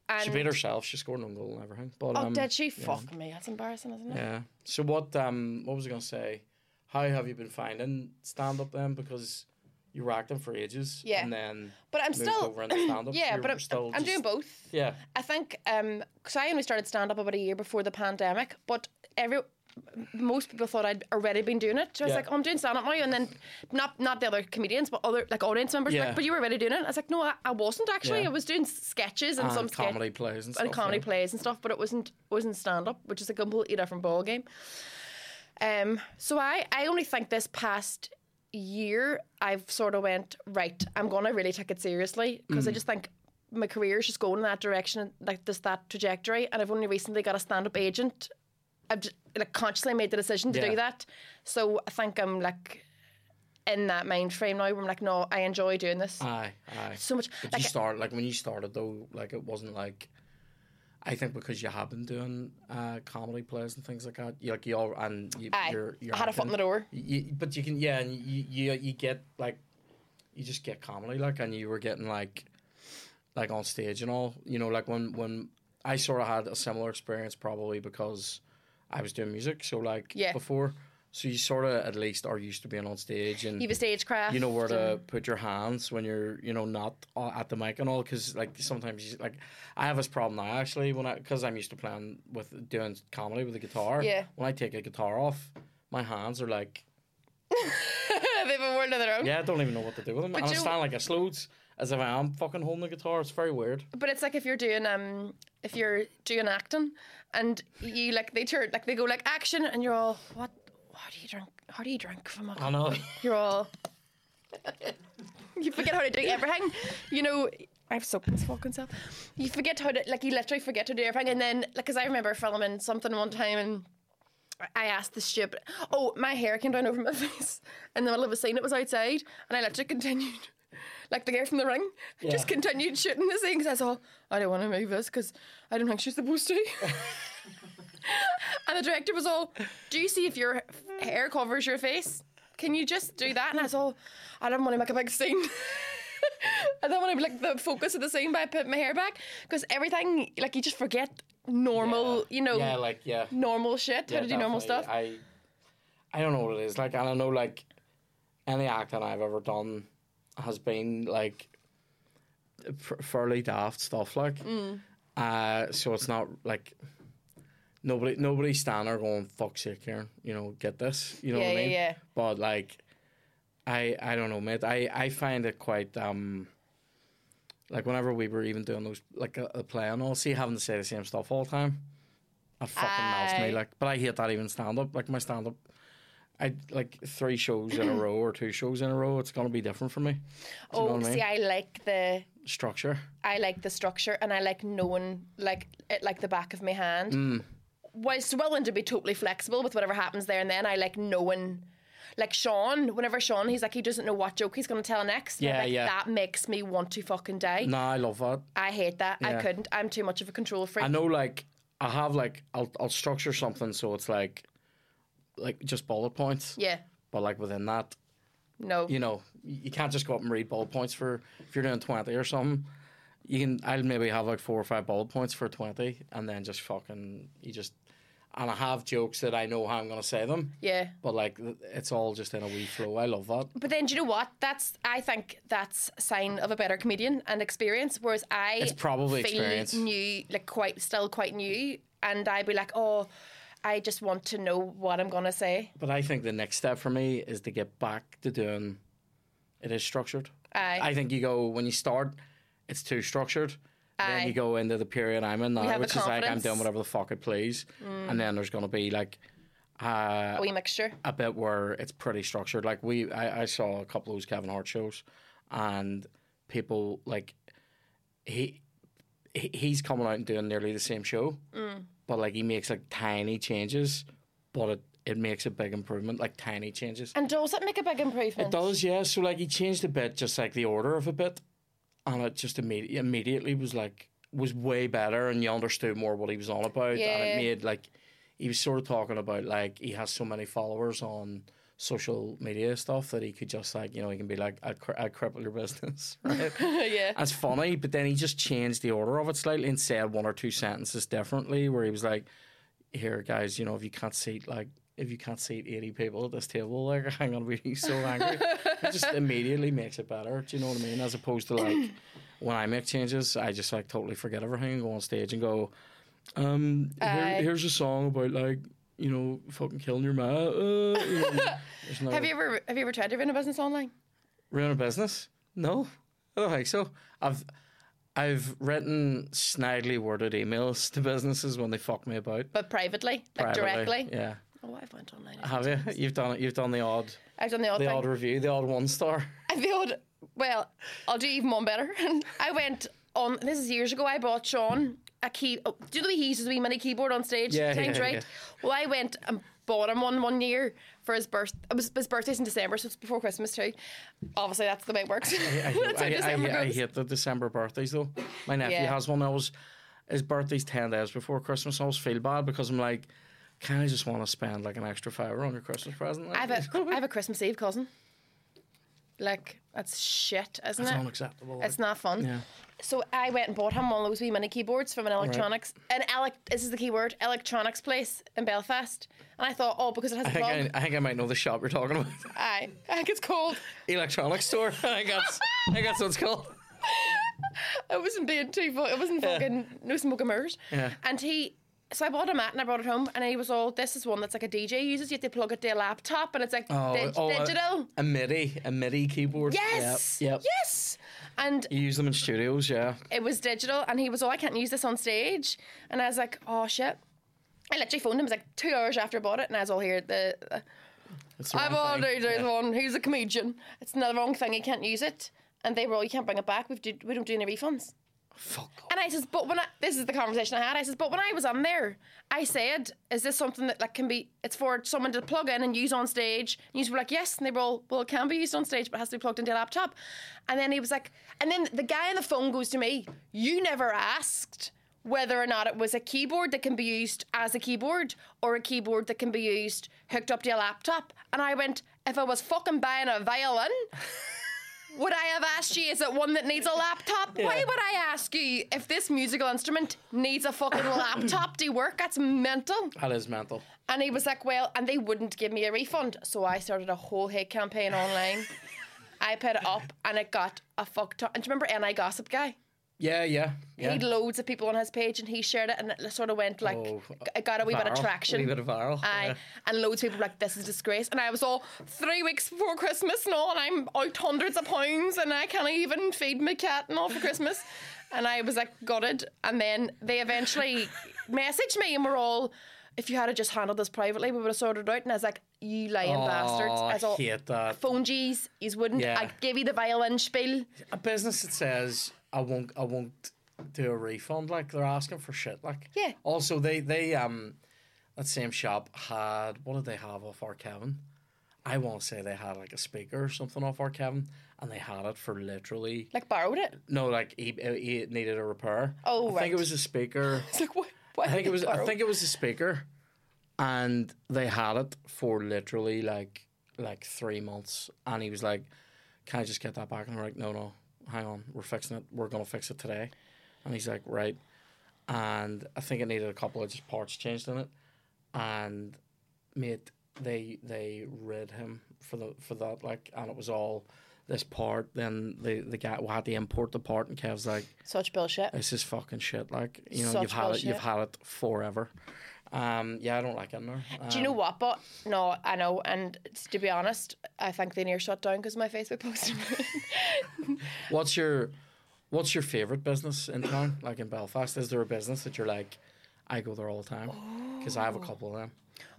And,
She beat herself. She scored an own goal and everything. But
Oh,
um,
did she? Fuck me. That's embarrassing, isn't it?
Yeah. So what um what was I gonna say? How have you been finding stand up then? Because you were acting for ages.
Yeah.
And then
But I'm
moved
still.
over into stand up.
Yeah, but I'm,
still
I'm doing
just-
both.
Yeah.
I think um 'cause I only started stand up about a year before the pandemic, but every most people thought I'd already been doing it. So I was
Yeah.
like, oh, I'm doing stand up now, and then not not the other comedians, but other like audience members. were
Yeah.
Like, but you were already doing it. I was like, no, I, I wasn't actually.
Yeah.
I was doing s- sketches and,
And
some sketch-
comedy plays and stuff.
and comedy
yeah.
plays and stuff, but it wasn't wasn't stand up, which is a completely different ball game. Um, so I I only think this past year I've sort of went right. I'm gonna really take it seriously because
Mm.
I just think my career is just going in that direction, like this that trajectory, and I've only recently got a stand up agent. I've just, like consciously made the decision to
Yeah.
do that, so I think I'm like in that mind frame now where I'm like, no, I enjoy doing this
Aye, aye.
so much.
Uh, But
Like uh,
you start like when you started though, like it wasn't like I think because you have been doing uh, comedy plays and things like that, you like you all and you,
Aye.
you're, you're
I had a foot in the door.
You, but you can yeah, and you, you you get like you just get comedy like, and you were getting like like on stage and all. You know, like when when I sort of had a similar experience probably because I was doing music, so like
Yeah.
before. So you sort of at least are used to being on stage and
You have a stagecraft.
you know where
and-
to put your hands when you're you know not a- at the mic and all because like sometimes you, like I have this problem now actually when I because I'm used to playing with doing comedy with a guitar
Yeah.
when I take a guitar off my hands are like
they have a world of their own.
yeah I don't even know what to do with them and I
you-
stand like a slodes as if I am fucking holding the guitar it's very weird
But it's like if you're doing um if you're doing acting and you like they turn like they go like action and you're all what how do you drink how do you drink from a
I know
you're all You forget how to do everything. You know I've soaked this fucking self. You forget how to like you literally forget to do everything and then like cause I remember filming something one time and I asked the stupid oh, my hair came down over my face in the middle of a scene, it was outside and I literally continued like the girl from the ring, just
Yeah.
continued shooting the scene because I saw, I don't want to move this because I don't think she's supposed to. and the director was all, Do you see if your hair covers your face? Can you just do that? And I was all, I don't want to make a big scene. I don't want to be like the focus of the scene by putting my hair back because everything, like, you just forget normal, you know,
yeah like yeah
normal shit, how to do
Yeah,
normal
definitely.
stuff.
I I don't know what it is. Like I don't know like any acting I've ever done has been like f- fairly daft stuff like.
Mm.
Uh, so it's not like nobody nobody standing there going fuck sake Karen, you know, get this, you know
Yeah,
what I
yeah,
mean?
yeah.
But like I I don't know, mate. I I find it quite um like whenever we were even doing those like a, a play and all, see having to say the same stuff all the time. I fucking melts
Aye.
me like, but I hate that even stand up. Like my stand up, I like three shows in a row or two shows in a row. It's gonna be different for me. Do you know
oh,
what I mean?
see, I like the
Structure.
I like the structure and I like knowing like it like the back of my hand.
Mm.
Whilst willing to be totally flexible with whatever happens there and then, I like knowing. Like Sean, whenever Sean, he's like he doesn't know what joke he's gonna tell next. and I'm
Yeah,
like,
yeah.
That makes me want to fucking die.
Nah, I love that.
I hate that. I
Yeah.
couldn't. I'm too much of a control freak.
I know, like, I have like, I'll I'll structure something so it's like, like just bullet points.
yeah.
But like within that,
No.
you know, y- you can't just go up and read bullet points for if you're doing twenty or something. You can I'll maybe have like four or five bullet points for twenty, and then just fucking you just. And I have jokes that I know how I'm gonna say them.
yeah.
But like, th- it's all just in a wee flow. I love that.
But then do you know what? That's I think that's sign of a better comedian and experience. Whereas I
It's probably
feel
experience.
new, like quite still quite new, and I'd be like, oh, I just want to know what I'm gonna say.
But I think the next step for me is to get back to doing. It is structured.
Aye.
I think you go when you start, it's too structured.
Aye.
Then you go into the period I'm in now,
have the
which is like I'm
confidence. Mm.
doing whatever the fuck I please, and then there's gonna be like. Uh,
A wee mixture.
a bit where it's pretty structured. Like we, I, I saw a couple of those Kevin Hart shows, and people like he, he he's coming out and doing nearly the same show, but like he makes like tiny changes, but it it makes a big improvement, like tiny changes.
And does it make a big improvement?
It does, yeah. So like he changed a bit, just like the order of a bit, and it just immedi- immediately was like was way better, and you understood more what he was on about,
Yeah.
and it made like he was sort of talking about like he has so many followers on social media stuff that he could just like you know he can be like I, cr- I cripple your business, right?
yeah.
That's funny, but then he just changed the order of it slightly and said one or two sentences differently, where he was like, "Here, guys, you know, if you can't seat like if you can't seat eighty people at this table, like I'm gonna be so angry." it just immediately makes it better. Do you know what I mean? As opposed to like when I make changes, I just like totally forget everything and go on stage and go, "Um,
Aye.
here, here's a song about like." You know, fucking killing your ma. Uh, you know, there's no-
Have you ever have you ever tried to run a business online?
Ruin a business? No, I don't think so. I've I've written snidely worded emails to businesses when they fuck me about.
But privately, like
privately.
directly.
Yeah.
Oh, I've went online.
Have you? You've done it. You've done the odd,
I've done the odd
the
thing.
odd review, the odd one star.
I feel well, I'll do even one better. I went on this is years ago. I bought Sean a key. Oh, do you know the way he uses a wee mini keyboard on stage?
Yeah,
Sounds
yeah,
right.
yeah.
Well, I went and bought him one one year for his birth. It was his birthday's in December, so it's before Christmas too. Obviously, that's the way it works.
I,
that's how
I, I,
December
I
goes.
hate the December birthdays though. My nephew
Yeah.
has one. I was his birthday's ten days before Christmas. I always feel bad because I'm like, can I just want to spend like an extra fiver on your Christmas present? Like,
I have a I have a Christmas Eve cousin. Like that's shit, isn't
it's
it?
unacceptable.
It's not fun.
Yeah.
So I went and bought him one of those wee mini keyboards from an electronics, an elec. This is the key word, electronics place in Belfast. And I thought, oh, because it has
I
a
think
plug.
I, I think I might know the shop you're talking about.
Aye, I think it's called.
Electronics store. I guess. I guess that's called.
It wasn't being too. Fu- it wasn't fucking no smoking mirrors.
Yeah.
And he. So I bought him that and I brought it home and he was all, this is one that's like a DJ uses. You have to plug it to a laptop and it's like
Oh,
dig-
a-
digital.
A, MIDI, a MIDI keyboard.
yes.
uh, Yep. yep.
Yes. And
You use them in studios, yeah.
it was digital and he was all I can't use this on stage and I was like oh shit I literally phoned him it was like two hours after I bought it and I was all here the
It's the
I've
wrong
already
thing.
done
yeah.
one he's a comedian it's not the wrong thing he can't use it and they were all you can't bring it back We've do, we don't do any refunds
Fuck. off.
and I says but when I this is the conversation I had I says but when I was on there I said is this something that like can be it's for someone to plug in and use on stage and you were like yes and they were all well it can be used on stage but it has to be plugged into a laptop and then he was like and then the guy on the phone goes to me you never asked whether or not it was a keyboard that can be used as a keyboard or a keyboard that can be used hooked up to a laptop. And I went, if I was fucking buying a violin, would I have asked you, is it one that needs a laptop? Why would I ask you if this musical instrument needs a fucking laptop to work? That's mental.
That is mental.
And he was like, well, and they wouldn't give me a refund. So I started a whole hate campaign online. I put it up and it got a fuck ton. And do you remember NI Gossip Guy?
Yeah, yeah. yeah.
He had loads of people on his page and he shared it and it sort of went like
Oh,
it got a wee bit of
Viral.
traction.
A wee bit of viral.
Aye.
yeah.
And loads of people were like, This is disgrace and I was all three weeks before Christmas and all and I'm out hundreds of pounds and I can't even feed my cat and all for Christmas and I was like gutted and then they eventually messaged me and were all if you had just handled this privately we would have sorted it out and I was like, You lying bastards.
Oh,
I
I
was all
hate that.
phone G's, you wouldn't
Yeah.
I gave you the violin spiel.
A business that says I won't, I won't do a refund. Like they're asking for shit. Like
Yeah.
Also, they they um that same shop had what did they have off our Kevin? I want to say they had like a speaker or something off our Kevin, and they had it for literally
Like borrowed it.
No, like he, he needed a repair.
Oh,
I think it
right.
was a speaker.
It's like what why
I think it was. I
borrow?
think it was a speaker, and they had it for literally like like three months. And he was like, "Can I just get that back?" And I'm like, "No, no, hang on, we're fixing it. We're gonna fix it today." And he's like, "Right." And I think it needed a couple of just parts changed in it, and mate, they they rid him for the for that like, and it was all this part. Then the the guy we had to import the part, and Kev's like.
Such bullshit.
This is fucking shit. Like you know,
Such
you've had it,
bullshit.
you've had it forever. Um, yeah, I don't like it no. Um,
Do you know what? But no, I know. And to be honest, I think they near shut down because my Facebook post.
what's your what's your favorite business in town? Like in Belfast, is there a business that you're like, I go there all the time because I
Oh.
have a couple of them.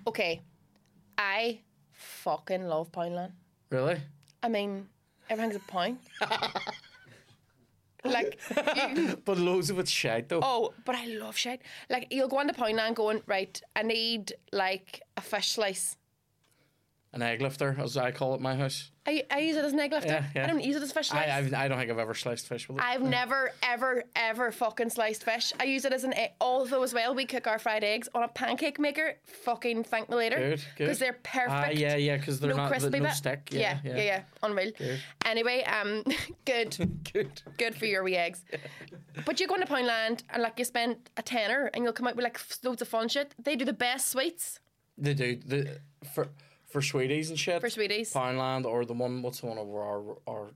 okay, I fucking love Poundland.
Really?
I mean, everything's a pound. Like, you,
But loads of it's shite though.
oh, but I love shite. Like, you'll go on the Poundland going, right, I need like a fish slice.
An egg lifter, as I call it, my house.
I, I use it as an egg lifter.
Yeah, yeah.
I don't use it as a fish slice.
I I've, I don't think I've ever sliced fish with it.
I've never, ever, ever fucking sliced fish. I use it as an egg. Although, as well, we cook our fried eggs on a pancake maker. Fucking thank me later.
Good, good.
Because they're perfect.
Ah, yeah, yeah, because they're
No
not
crispy
the, no
bit.
stick.
yeah, yeah, yeah. Unreal.
Good.
Anyway, um, good,
Good.
good for your wee eggs. But you go into Poundland and like you spend a tenner and you'll come out with like f- loads of fun shit. They do the best sweets.
They do the for for sweeties and shit.
For sweeties.
Poundland or the one what's the one over our our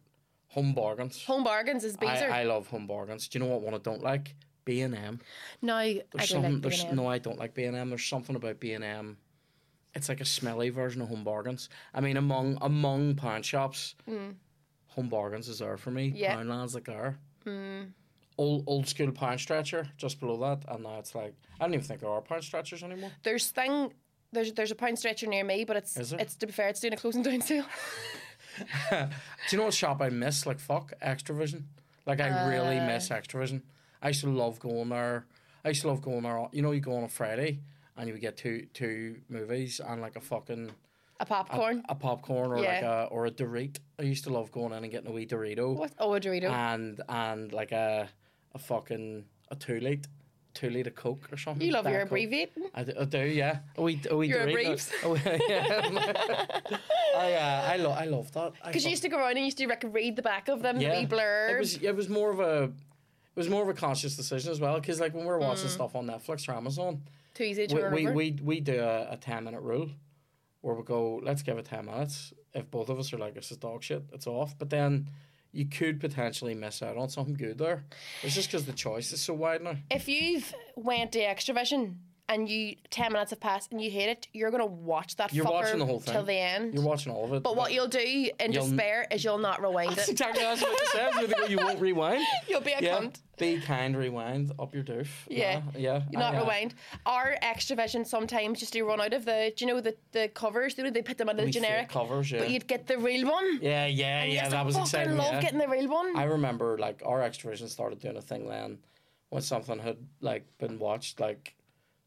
home bargains.
Home bargains is
I,
Beezer.
I love home bargains. Do you know what one I don't like? B and M.
no, I
There's
don't
something.
like
there's
B&M.
no, I don't like B and M. There's something about B and M. It's like a smelly version of home bargains. I mean, among among pawn shops, home bargains is there for me.
Mm. Yeah. Mm.
Poundland's like there. Old old school pound stretcher just below that, and now it's like I don't even think there are pound stretchers anymore.
There's thing. There's there's a pound stretcher near me, but it's
Is there?
it's to be fair, it's doing a closing down sale.
Do you know what shop I miss? Like fuck, Extravision. Like I really
Uh.
miss Extravision. I used to love going there. I used to love going there. You know, you go on a Friday and you would get two two movies and like a fucking
A popcorn.
a popcorn or like
Yeah.
a or a Dorito. I used to love going in and getting a wee Dorito
what? Oh, a Dorito.
and and like a a fucking a two late two late of Coke or something.
you love
Diet
your
Coke.
abbreviating.
I do, I do, yeah. A wee, a wee
Your
Dorito.
abreves.
Oh, yeah. I, uh, I, lo- I love that. I
Because you
fuck-
used to go around and you used to like read the back of them, the wee
it
blurbs.
was it was more of a it was more of a conscious decision as well because like when we're watching
Mm.
stuff on Netflix or Amazon,
Too easy to
we
remember.
we, we we do a, a ten minute rule where we go let's give it ten minutes. If both of us are like this is dog shit, it's off. But then you could potentially miss out on something good there. It's just because the choice is so wide now.
if you've went to Extravision and you ten minutes have passed and you hate it, you're gonna watch that
You're
fucker
watching the whole thing
till the end.
You're watching all of it.
but what you'll do in
You'll-
despair is you'll not rewind
that's
it.
exactly that's what it says. You think, "Oh, You won't rewind.
You'll be a
Yeah,
cunt.
be kind. Rewind up your doof.
Yeah.
yeah.
You not
I, uh,
rewind. Our Extravision sometimes just to run out of the. Do you know the the covers? They they put them under the
wee fake
generic,
covers. Yeah.
but you'd get the real one.
Yeah, yeah, yeah.
Yes,
that was
I fucking
exciting.
love
yeah.
getting the real one.
I remember like our extravision started doing a thing then when something had like been watched like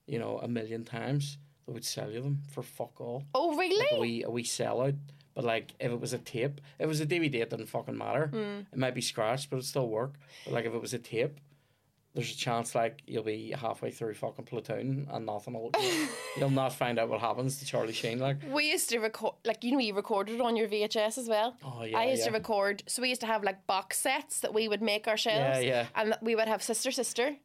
you know a million times. They would sell you them for fuck all.
oh really?
A wee a wee sellout. But like if it was a tape, if it was a DVD, it didn't fucking matter.
Hmm.
It might be scratched, but it still work. But like if it was a tape. There's a chance like you'll be halfway through fucking platoon and nothing will you'll not find out what happens to Charlie Sheen like
We used to record, like you know, you recorded on your VHS as well.
Oh, yeah,
I used to
yeah.
record, so we used to have like box sets that we would make ourselves.
Yeah, yeah.
And we would have sister, sister,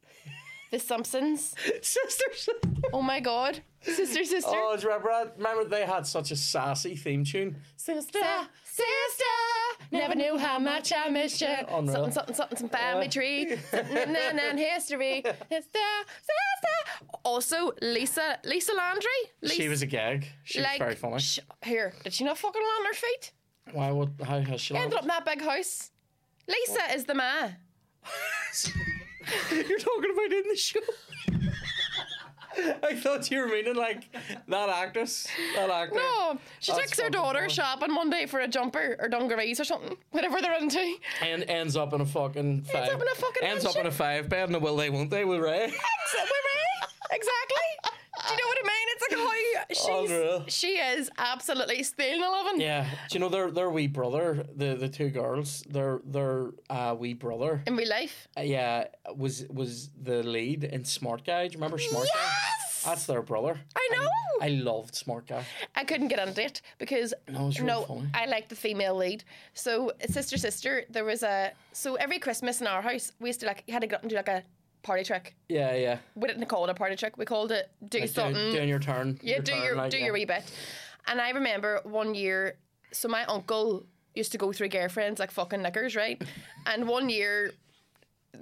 The Simpsons.
sisters
Oh my God, sister, sister,
Oh, do you remember, remember they had such a sassy theme tune.
sister, sister. Never knew how much I missed you.
Unreal.
Something, something, something, some
Oh.
family tree, something, nan, nan, nan, history. Sister, sister. Also, Lisa, Lisa Landry. Lisa,
She was a gag. She was very funny.
sh- here, did she not fucking land her feet?
Why would how has she
ended up in that big house. Lisa is the ma.
You're talking about in the show. I thought you were meaning like that actress. That actor.
No, Oh, she
That's
takes her
fucking
daughter
funny.
shopping one day for a jumper or dungarees or something, whatever they're into.
And ends up in a fucking five
up in a fucking
Ends up
mansion.
in a five bed and a will they won't they with Ray.
So we're right. exactly. Do you know what I mean? It's like how
Unreal.
she's she is absolutely stealing a loving.
Yeah. Do you know their their wee brother, the the two girls, their their uh, wee brother
In real life.
uh, yeah, was was the lead in Smart Guy. Do you remember Smart Guy?
Yes!
That's their brother.
I know.
I loved Smart Guy.
I couldn't get into it because
No, it's really
no,
funny.
I like the female lead. So sister, sister, there was a so every Christmas in our house we used to like you had to get up and do like a party trick.
Yeah, yeah.
We didn't call it a party trick. We called it do
Like,
something.
doing, doing your turn.
mm. Yeah, do
turn,
your
like,
do
yeah.
your wee bit. And I remember one year, so my uncle used to go through girlfriends like fucking knickers, right? and one year,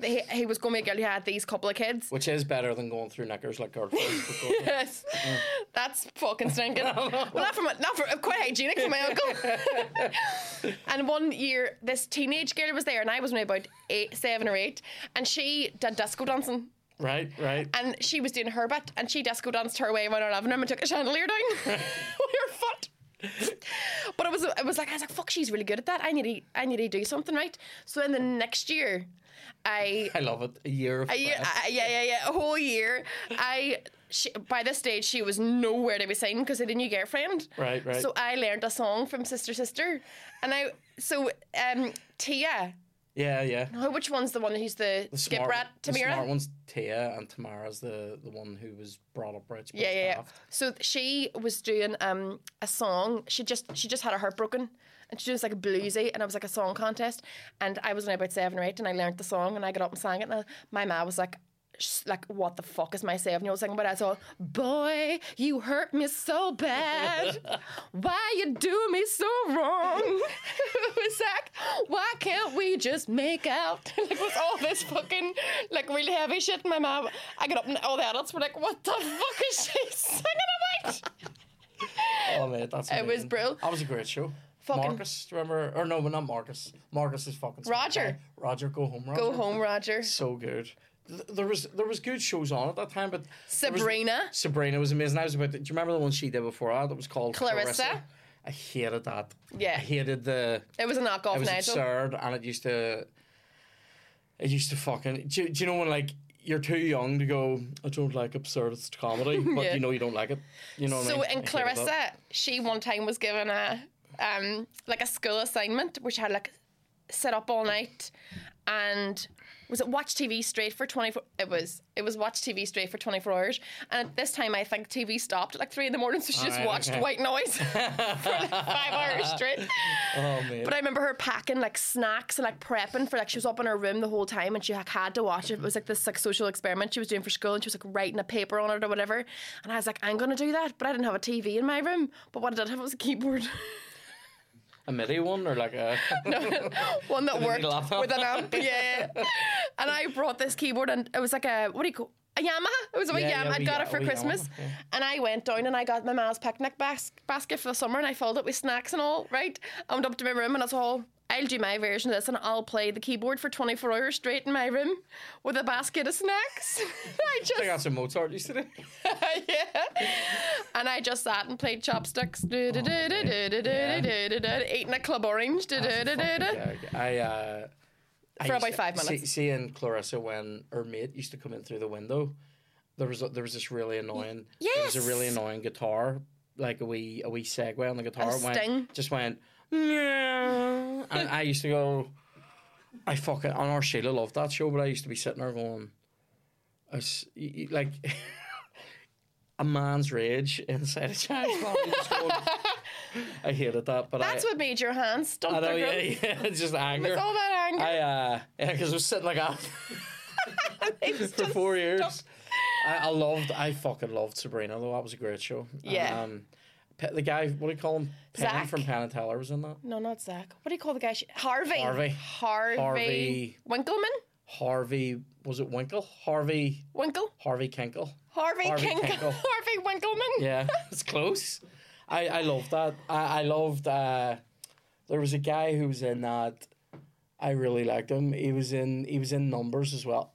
he, he was going to make a girl who had these couple of kids.
Which is better than going through knickers like girlfriends.
Yes, that's fucking stinking. well, not from not for quite hygienic for my uncle. and one year, this teenage girl was there, and I was maybe about eight, seven or eight, and she did disco dancing.
right, right.
and she was doing her bit, and she disco danced her way around our living room and took a chandelier down with her foot. but it was it was like I was like, fuck, she's really good at that. I need to I need to do something right. So then the next year, I
I love it. A year of
a year,
press.
I- yeah, yeah, yeah, a whole year. I she, by this stage she was nowhere to be seen because of the new girlfriend.
Right, right.
So I learned a song from Sister Sister, and I so um Tia.
yeah, yeah.
Oh, Which one's the one who's the,
The
skip
smart-
rat
The smart
Tamira?
one's Tia, and Tamara's the, the one who was brought up rich. but
Yeah, yeah, yeah.
daft.
So th- she was doing um a song. She just she just had her heartbroken, and she was like a bluesy, and it was like a song contest, and I was only about seven or eight, and I learned the song, and I got up and sang it, and I- my ma was like. she's Like what the fuck is my seven year old singing about? I thought, boy, you hurt me so bad. Why you do me so wrong? it was like, why can't we just make out? like it was all this fucking like really heavy shit. My mom, I got up and all the adults were like, what the fuck is she singing about?
Oh, mate, that's
It was
amazing.
brill.
That was a great show.
Fucking-
Marcus, do you remember? Or no, not Marcus. Marcus is fucking. smart
Roger.
guy. Roger, go home. Roger.
Go home, Roger.
So good. Th- There was there was good shows on at that time, but there was-
Sabrina.
Sabrina was amazing. I was about. To, do you remember the one she did before Oh, that? That was called
Clarissa.
I hated that.
Yeah.
I hated the.
It was a knockoff
It was
Nigel.
absurd, and it used to. It used to fucking. Do, you- do you know when like you're too young to go? I don't like absurdist comedy, but
Yeah.
you know you don't like it. You know. what I
So
mean?
in
I hated that.
Clarissa, she one time was given a um like a school assignment which had like sit up all night and was it watch TV straight for 24 it was it was watch TV straight for 24 hours and at this time I think TV stopped at like 3 in the morning so she just
Alright,
watched
okay.
white noise for like 5 hours straight
Oh man.
but I remember her packing like snacks and like prepping for like she was up in her room the whole time and she like, had to watch it. It was like this like social experiment she was doing for school and she was like writing a paper on it or whatever. And I was like, I'm gonna do that, but I didn't have a TV in my room. But what I did have was a keyboard,
a MIDI one or like a
one that
you
worked
need a laptop?
with an amp. Yeah. and I brought this keyboard and it was like a what do you call a Yamaha? It was a wee
Yeah, yeah,
Yamaha. I
wee
got
Ya-
it for
wee
Christmas.
Yamaha, yeah.
And I went down and I got my ma's picnic bas- basket for the summer and I filled it with snacks and all, right? I went up to my room and I was all, I'll do my version of this and I'll play the keyboard for 24 hours straight in my room with a basket of snacks. I
I think
just,
that's a Mozart used to do.
yeah. And I just sat and played chopsticks, do-do-do-do-do-do-do-do-do-do, eating a club orange, do-do-do-do-do.
Fucking gag. I uh, I
For
used
about
to-
five
see-
minutes.
seeing Clarissa when her mate used to come in through the window, there was a, there was this really annoying. There was a really
yes.
annoying guitar, like a wee a wee segue on the guitar. It went-
sting.
just went. "Meow." and I used to go. I fucking on our Sheila loved that show, but I used to be sitting there going, I was, y- y- like. A man's rage inside a child's body. just going, I hated that, but
That's
I,
what made your hands stump
I know,
their
yeah,
growth.
yeah, it's just anger.
It's all that anger.
I, uh, yeah, because I was sitting like that
It's
for
just-
four years. I, I loved, I fucking loved Sabrina though. That was a great show.
Yeah.
Um, Pe- the guy, what do you call him? Penn
Zach.
from Penn and Teller was in that.
No, not Zach. What do you call the guy? She- Harvey.
Harvey.
Harvey.
Harvey.
Winkleman?
Harvey, was it Winkle? Harvey,
Winkle?
Harvey Kinkle.
Harvey,
Harvey
King-
Kinkle.
Harvey Winkleman?
Yeah, it's close. I, I loved that. I, I loved, uh, there was a guy who was in that. I really liked him. He was in, he was in Numbers as well.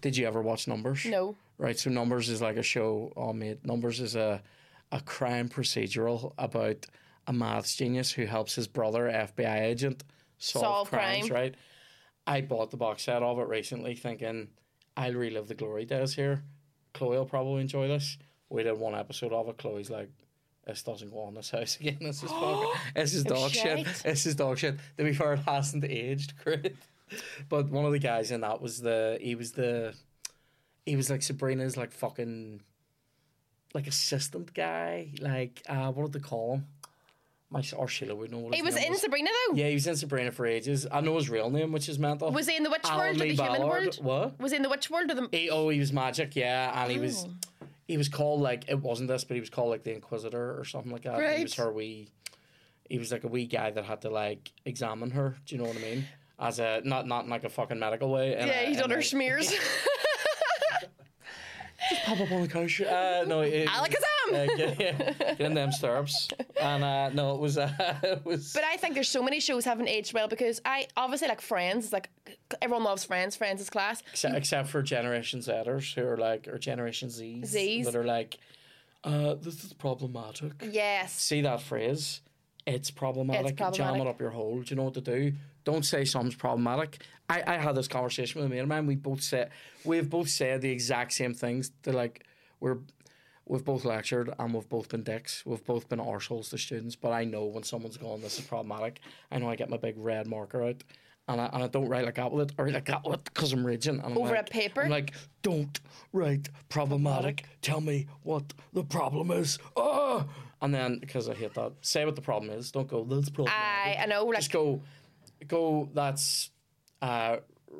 Did you ever watch Numbers?
No.
Right, so Numbers is like a show on mate. Numbers is a, a crime procedural about a maths genius who helps his brother, FBI agent, solve,
Solve
crimes,
crime.
right? I bought the box set of it recently thinking I'll relive the glory days here. Chloe will probably enjoy this. We did one episode of it. Chloe's like, this doesn't go on this house again. This is fuck. This is dog shit.
shite.
This is dog shit. To be fair, it hasn't aged great. But one of the guys in that was the he was the he was like Sabrina's like fucking like assistant guy. Like uh what did they call him? My s- or Sheila would know what his
He was
name
in Sabrina, though.
Yeah, he was in Sabrina for ages. I know his real name, which is mental.
Was he in the witch
Alan
world or
Lee
the human
Ballard.
world?
What?
Was he in the witch world or the.
He, oh, he was magic, yeah, and he was
Oh.
he was called like it wasn't this, but he was called like the Inquisitor or something like that. He was
Right.
her wee. He was like a wee guy that had to like examine her. Do you know what I mean? As a not not in like a fucking medical way. in
yeah,
a-
he done
in a-
her smears.
pop up on the couch. Uh, no, it,
Alakazam!
Uh, get, yeah, get in them stirrups. And uh, no, it was uh, it was.
But I think there's so many shows haven't aged well because I obviously like Friends. It's like everyone loves Friends. Friends is class.
except, except for Generation Zers who are like or Generation Zs
Zs.
that are like, uh, this is problematic.
Yes.
See that phrase? It's problematic. Jam
problematic.
it up your hole. Do you know what to do? Don't say something's problematic. I, I had this conversation with a mate of mine. We both said we've both said the exact same things. They're like we're we've both lectured and we've both been dicks. We've both been arseholes to students. But I know when someone's going, this is problematic. I know I get my big red marker out. And I, and I don't write like that with it. I write like that with it because I'm raging. And I'm
Over a
like-
paper?
I'm like, don't write problematic. Tell me what the problem is. Ah! And then, because I hate that, say what the problem is. Don't go, that's
I
problematic.
I know like
Just go, go, that's uh,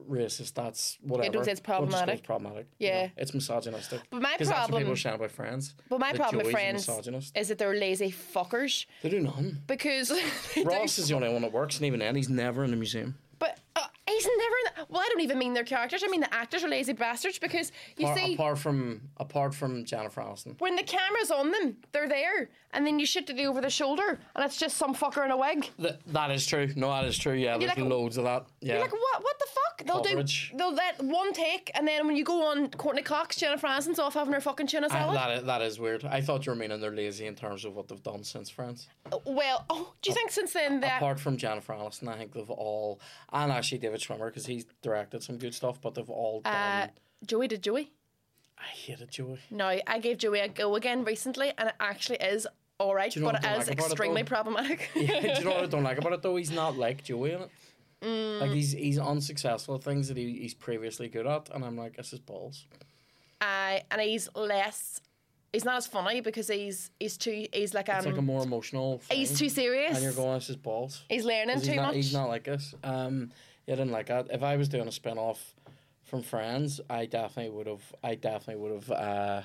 racist. That's whatever.
don't say it's
We'll just go,
problematic.
it's problematic.
Yeah.
know, it's misogynistic.
But my
'Cause that's what
problem-
people are saying about friends.
But my
that
problem with
Joey's a
friends
misogynist.
is that they're lazy fuckers
They do none.
because they do-
Ross is the only one that works, and even then, he's never in the museum.
But uh, he's never. in the- well, I don't even mean their characters. I mean the actors are lazy bastards because you
Apart,
see.
apart from apart from Jennifer Aniston.
When the camera's on them, they're there, and then you shit to the over the shoulder, and it's just some fucker in a wig.
Th- that is true. No, that is true. Yeah, there's
like-
loads of that. Yeah.
You're like, what? What the fuck? They'll
Coverage.
do. They'll let one take, and then when you go on Courtney Cox, Jennifer Aniston's off having her fucking tuna
I-
salad.
that, is, that is weird. I thought you were meaning they're lazy in terms of what they've done since Friends.
Well, oh, do you think since then that?
Apart from Jennifer Aniston, I think they've all, and actually David Schwimmer, because he's directed some good stuff, but they've all done.
Uh, Joey did Joey.
I hate it, Joey.
No, I gave Joey a go again recently, and it actually is all right,
you know
but
what I
it
don't
is
like about it,
extremely
though?
problematic.
Do you know what I don't like about it though? He's not like Joey in it.
Mm.
Like he's he's unsuccessful at things that he, he's previously good at, and I'm like, this is balls.
Uh, and he's less. He's not as funny because he's he's too he's like um
It's like a more emotional. Thing,
he's too serious.
And you're going, this is balls.
he's learning
'Cause
too
he's not,
much.
He's not like this. Um, yeah, I didn't like that. If I was doing a spin off from Friends, I definitely would have. I definitely would have uh,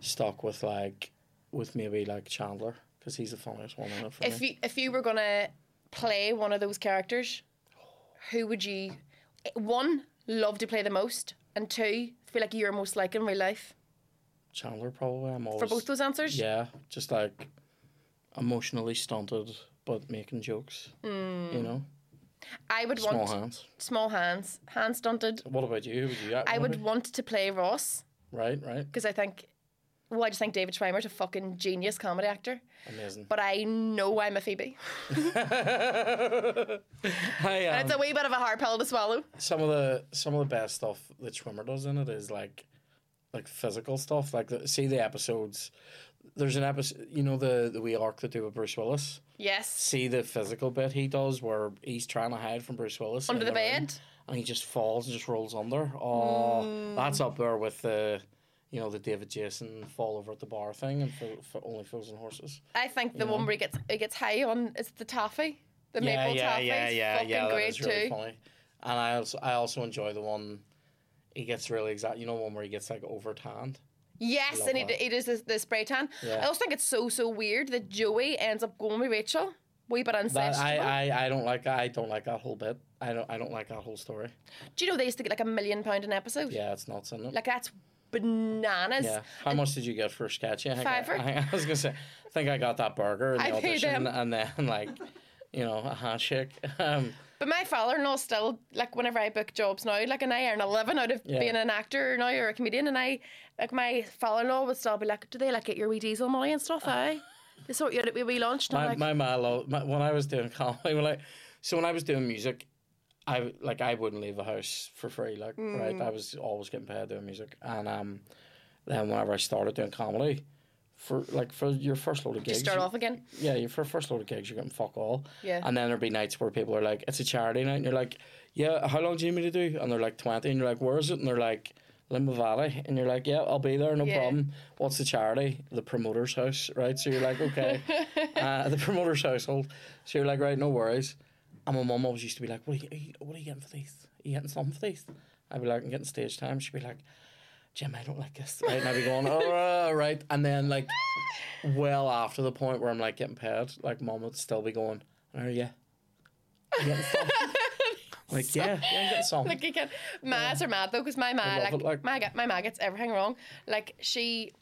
stuck with like with maybe like Chandler because he's the funniest one in it for
if
me.
you if you were gonna play one of those characters, who would you one love to play the most, and two feel like you're most like in real life
Chandler probably. I'm always
for both those answers?
Yeah, just like emotionally stunted, but making jokes. You know,
I would
small
Hmm. want
hands.
small hands, hand stunted.
What about you? Who Would you act
I
wanna
would
be?
want to play Ross
Right, right.
because I think, well, I just think David Schwimmer's a fucking genius comedy actor.
Amazing.
But I know I'm a Phoebe.
I, um,
It's a wee bit of a hard pill to swallow.
some of the some of the best stuff that Schwimmer does in it is like like physical stuff. Like the, see the episodes. There's an episode, you know, the the wee arc they do with Bruce Willis.
Yes.
See the physical bit he does where he's trying to hide from Bruce Willis in
Under the
room,
bed.
and he just falls and just rolls under. Oh,
Hmm.
that's up there with the. You know the David Jason fall over at the bar thing, and for, for only fools and horses.
I think the one where he gets he gets high on it's the taffy, the maple taffy. fucking great
is really
too.
funny. And I also I also enjoy the one he gets really exact. You know, one where he gets like over tanned.
Yes,
Love
and he,
that.
d- he does the, the spray tan.
Yeah.
I also think it's so so weird that Joey ends up going with Rachel. Wee bit
That
incestual.
I, I, I don't like that. I don't like that whole bit. I don't I don't like that whole story.
Do you know they used to get like a million pound an episode?
Yeah, it's nuts, isn't it?
Like that's bananas.
yeah. How much did you get for a sketchy? I think I-
Fiver.
I, I was gonna say. I think I got that burger in the
I paid
audition,
them.
and then like, you know, a handshake. Um,
But my father-in-law still like whenever I book jobs now, like and I earn a living out of
Yeah.
being an actor now or a comedian, and I like my father-in-law would still be like, "Do they like get your wee diesel money and stuff?" I they sort you out at wee wee lunch. And
my,
I'm like,
my ma loved my, when I was doing comedy. When I, so when I was doing music, I like I wouldn't leave the house for free. Like right,
Mm.
I was always getting paid doing music, and um, then whenever I started doing comedy, for like for your first load of gigs,
just start
you-
off again.
yeah, your fir- first load of gigs, you're getting fuck all.
Yeah.
And then there'll be nights where people are like, it's a charity night. And you're like, yeah, how long do you need me to do? And they're like, 20. And you're like, where is it? And they're like, Limba Valley. And you're like, yeah, I'll be there, no
Yeah.
problem. What's the charity? The promoter's house, right? So you're like, okay. uh, the promoter's household. So you're like, right, no worries. And my mum always used to be like, what are you, are you- what are you getting for these? Are you getting something for these? I'd be like, I'm getting stage time. She'd be like, Jim, I don't like this. Right, and I'd be going, all right. And then, like, well after the point where I'm like getting paid, like, mom would still be going, oh, yeah. You getting some? like, yeah, yeah, I'm getting some.
Like you can, ma's are mad though because my ma
love
like,
it, like-
my ga- my ma gets everything wrong. Like she,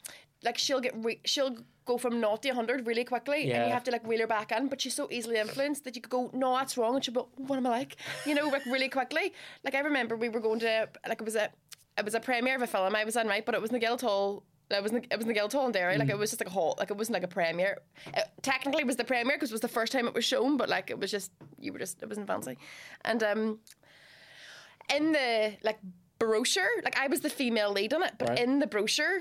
like she'll get re- she'll go from naught to hundred really quickly, and
Yeah.
you have to like wheel her back in. But she's so easily influenced that you could go, no, that's wrong, and she'll go, what am I like? You know, like really quickly. Like I remember we were going to like it was a it was a premiere of a film I was in right, but it was in the Guildhall It was in the, it was in the Guildhall in Derry.
Mm.
Like it was just like a hall. Like it wasn't like a premiere. It technically, it was the premiere because it was the first time it was shown. But like it was just you were just it wasn't fancy. And um, in the like brochure, like I was the female lead on it, but
Right.
in the brochure.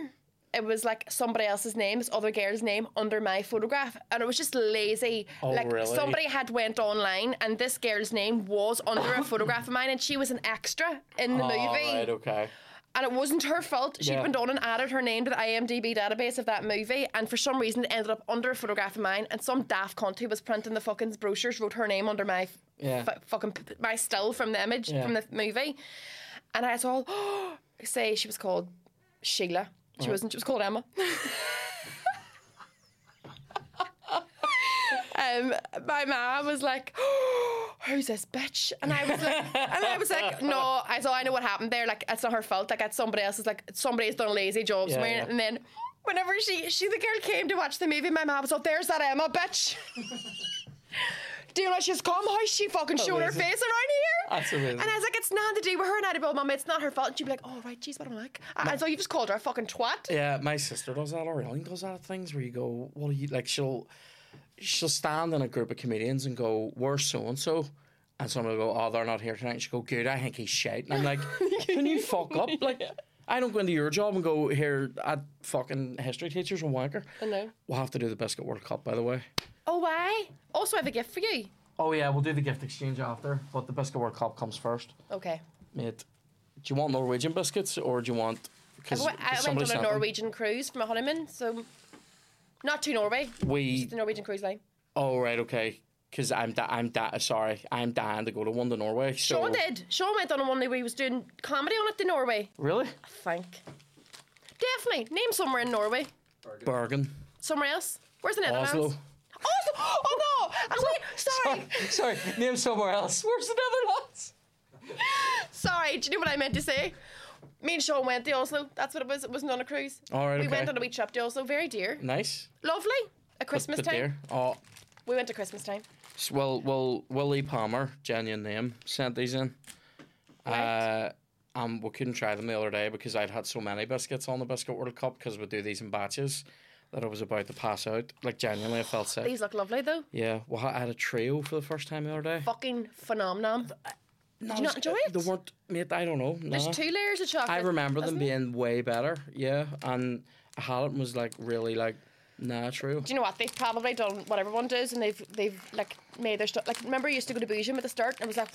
It was like somebody else's name, this other girl's name under my photograph, and it was just lazy.
Oh,
like
really?
somebody had went online, and this girl's name was under a photograph of mine, and she was an extra in the movie
All Oh, right, okay.
and it wasn't her fault. She
Yeah.
had went on and added her name to the IMDb database of that movie, and for some reason, it ended up under a photograph of mine. And some daft cunt who was printing the fucking brochures wrote her name under my f-
Yeah.
f- fucking p- p- my still from the image
Yeah.
from the movie. And I saw, say she was called Sheila.
Uh-huh.
She wasn't. She was called Emma. um, my mom was like, "Who's this bitch?" And I was like, "And I was like, no." I so I know what happened there. Like it's not her fault. Like it's somebody else's. Like somebody's done a lazy job
Yeah,
somewhere.
yeah.
And then whenever she she the girl came to watch the movie, my mom was like, "There's that Emma bitch." Do you know she's come? How's she fucking showing her face
Amazing.
around here?
That's amazing.
And I was like, it's nothing to do with her and I'd be like, Mum, it's not her fault. And she'd be like, oh, right, geez, what am I like? And and so you just called her a fucking twat.
Yeah, my sister does that, or Ellen does that at things where you go, "What are you like?" She'll she'll stand in a group of comedians and go, "Where's so and so?" And someone will go, "Oh, they're not here tonight." And she will go, "Good, I think he's shit." And I'm like, "Can you fuck up?" Like, I don't go into your job and go here at fucking history teachers and wanker.
I know.
We'll have to do the biscuit World Cup, by the way.
Oh, why? Also, I have a gift for you.
Oh yeah, we'll do the gift exchange after, but the biscuit World Cup comes first,
Okay.
mate. Do you want Norwegian biscuits or do you want?
I,
Because
w- I went on a Norwegian cruise for my honeymoon, so not to Norway,
We
the Norwegian cruise line.
Oh right, okay. Because I'm da- I'm da- sorry, I'm dying to go to one to Norway. So
Sean did. Sean went on a one where he was doing comedy on it to Norway.
really
I think. Definitely. Name somewhere in Norway.
Bergen,
Somewhere else. Where's the Netherlands?
Oslo.
Oslo. Oh, no. I'm sorry.
sorry, name somewhere else. Where's the Netherlands?
Sorry, do you know what I meant to say? Me and Sean went to Oslo. That's what it was. It wasn't on a cruise.
All right,
We
okay.
went on a wee trip to Oslo. Very dear.
Nice.
Lovely. At Christmas
But
time.
there- Oh,
We went to Christmas time.
s- well, well, Willie Palmer, genuine name, sent these in.
Right.
Uh, um, we couldn't try them the other day because I'd had so many biscuits on the biscuit World Cup because we do these in batches that I was about to pass out. Like genuinely, I felt sick.
These look lovely though.
Yeah, well, I had a trio for the first time the other day.
Fucking phenomenon.
No,
you
it's-
not enjoy it?
They weren't, mate. I don't know.
There's
nah.
two layers of chocolate.
Uh-huh. I remember them
isn't it?
being way better. Yeah, and Hallett was like really like natural.
Do you know what? They've probably done what everyone does, and they've they've like made their stuff. Like remember, you used to go to Boojum at the start, and it was like,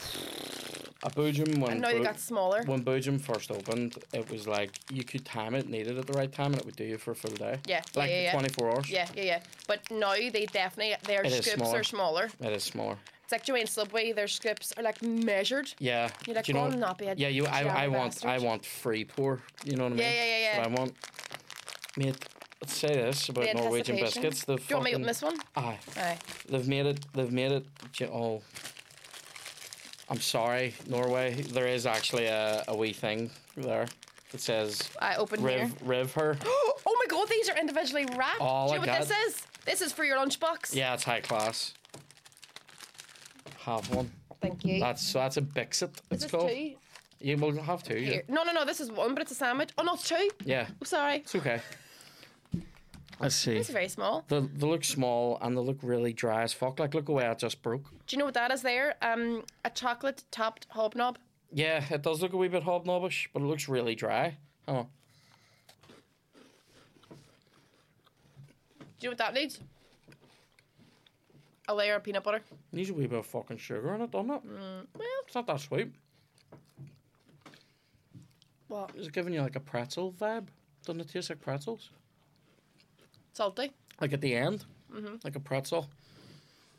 A Boojum when
and now they
Bo-
got smaller.
when Boojum first opened, it was like you could time it, need it at the right time, and it would do you for a full day.
Yeah, yeah,
like
yeah, yeah.
twenty four hours.
Yeah, yeah, yeah. But now they definitely their
It is
scoops
smaller.
are smaller.
it is smaller.
It's like Joanne Subway. Their scoops are like measured.
Yeah,
You're like,
Do you know
"Oh,
what-
not be a
Yeah, you. I,
jammer
I want. I
bastard."
want free pour. You know what I mean?
Yeah, yeah, yeah,
That's what
yeah.
I want. Mate, let's say this about
The
Norwegian
anticipation.
biscuits. The
Do you want me to
fucking,
open this one?
Aye.
Aye.
They've made it. They've made it. j- Oh, I'm sorry, Norway. There is actually a, a wee thing there that says
I opened here.
"riv riv her."
Oh my god, these are individually wrapped.
Oh,
Do you
my
know what
God.
this is? This is for your lunchbox.
Yeah, it's high class. Have one.
Thank you.
That's so. That's a Bixit.
is
It's
this
called.
two?
Yeah, we'll have two. Yeah.
Here. No, no, no, this is one, but it's a sandwich. Oh, no, it's two.
yeah,
I'm sorry.
it's okay. Let's see.
These are very small.
They, they look small and they look really dry as fuck. Like look away, I just broke.
Do you know what that is there? Um, A chocolate topped hobnob.
Yeah, it does look a wee bit hobnobbish, but it looks really dry. Hang on.
Do you know what that needs? A layer of peanut butter.
Needs a wee bit of fucking sugar in it, doesn't it?
Well,
It's not that sweet.
what?
It's giving you like a pretzel vibe. Doesn't it taste like pretzels?
Salty.
Like at the end, mm-hmm. like a pretzel.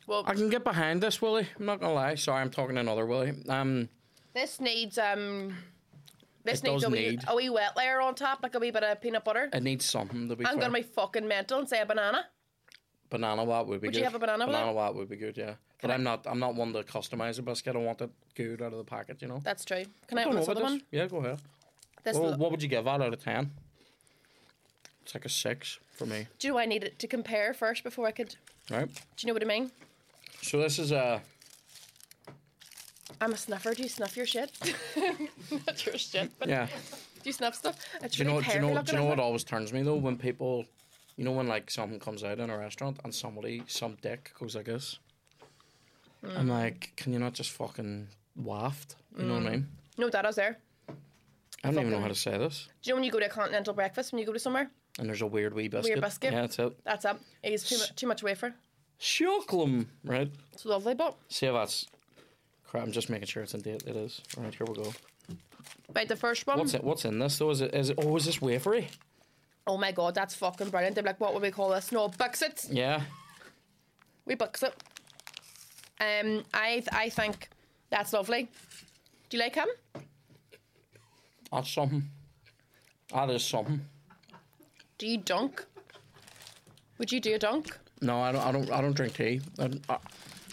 Well,
I can get behind this, Willie. I'm not gonna lie. Sorry, I'm talking to another Willie. Um,
this needs um, this
It
needs
does
a wee,
need-
a wee wet layer on top, like a wee bit of peanut butter.
it needs something to be.
I'm
fair.
gonna be fucking mental and say a banana.
banana watt would be
Would
good.
you have a banana
Banana
watt?
watt would be good, yeah. But I'm not. I'm not one to customize a biscuit. I want it good out of the packet, you know.
That's true. Can I
I don't
open
know
this
about
other
this.
one?
Yeah, go ahead.
This
Well,
lo-
what would you give that out of ten? It's like a six for me,
Do you know I need it to compare first before I could? Do
right?
you know what I mean?
So this is a.
I'm a snuffer. Do you snuff your shit? Not your shit, but
Yeah.
you snap stuff? It's
Do you know?
really
Do you know?
hairy
Do you know
looking,
what
isn't
always turns me though? When people, you know, when like something comes out in a restaurant and somebody, some dick goes like this.
Hmm.
I'm like, can you not just fucking waft? You know what I mean?
it? No, that I was there.
I don't even know how to say this.
Do you know when you go to a continental breakfast when you go to somewhere?
And there's a weird wee biscuit.
biscuit.
Yeah, that's it.
That's it. It's too much, too much wafer.
Chocolate, right?
It's lovely, but
See if that's crap. I'm just making sure it's in date. It is. All right, here we go.
right, the first one.
What's it? What's in this though? Is it? Is it? Oh, is this wafery?
Oh my god, that's fucking brilliant. They're like, what would we call this? No, Buxit.
Yeah.
We bucks it. Um, I th- I think that's lovely. Do you like him?
That's something. That is something.
Do you dunk? Would you do a dunk?
No, I don't. I don't. I don't drink tea. And, I,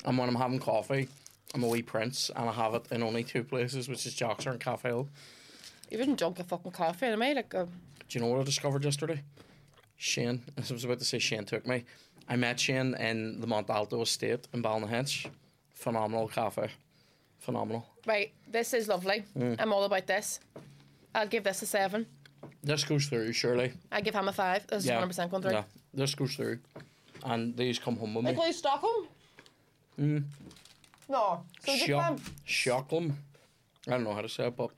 and when I'm having coffee, I'm a wee prince, and I have it in only two places, which is Joxer and Cafe Hill.
You wouldn't dunk a fucking coffee in me, like um, a
Do you know what I discovered yesterday? Shane. I was about to say Shane took me. I met Shane in the Mont Alto estate in Balnahinch. Phenomenal cafe. Phenomenal.
right. This is lovely.
Mm.
I'm all about this. I'll give this a seven.
This goes through, surely.
I give him a five. This is one hundred percent going through.
Yeah. This goes through, and these come home with
They
me.
play Stockholm.
Mm.
No, so you
Shock,
can.
Shocklam. I don't know how to say it, but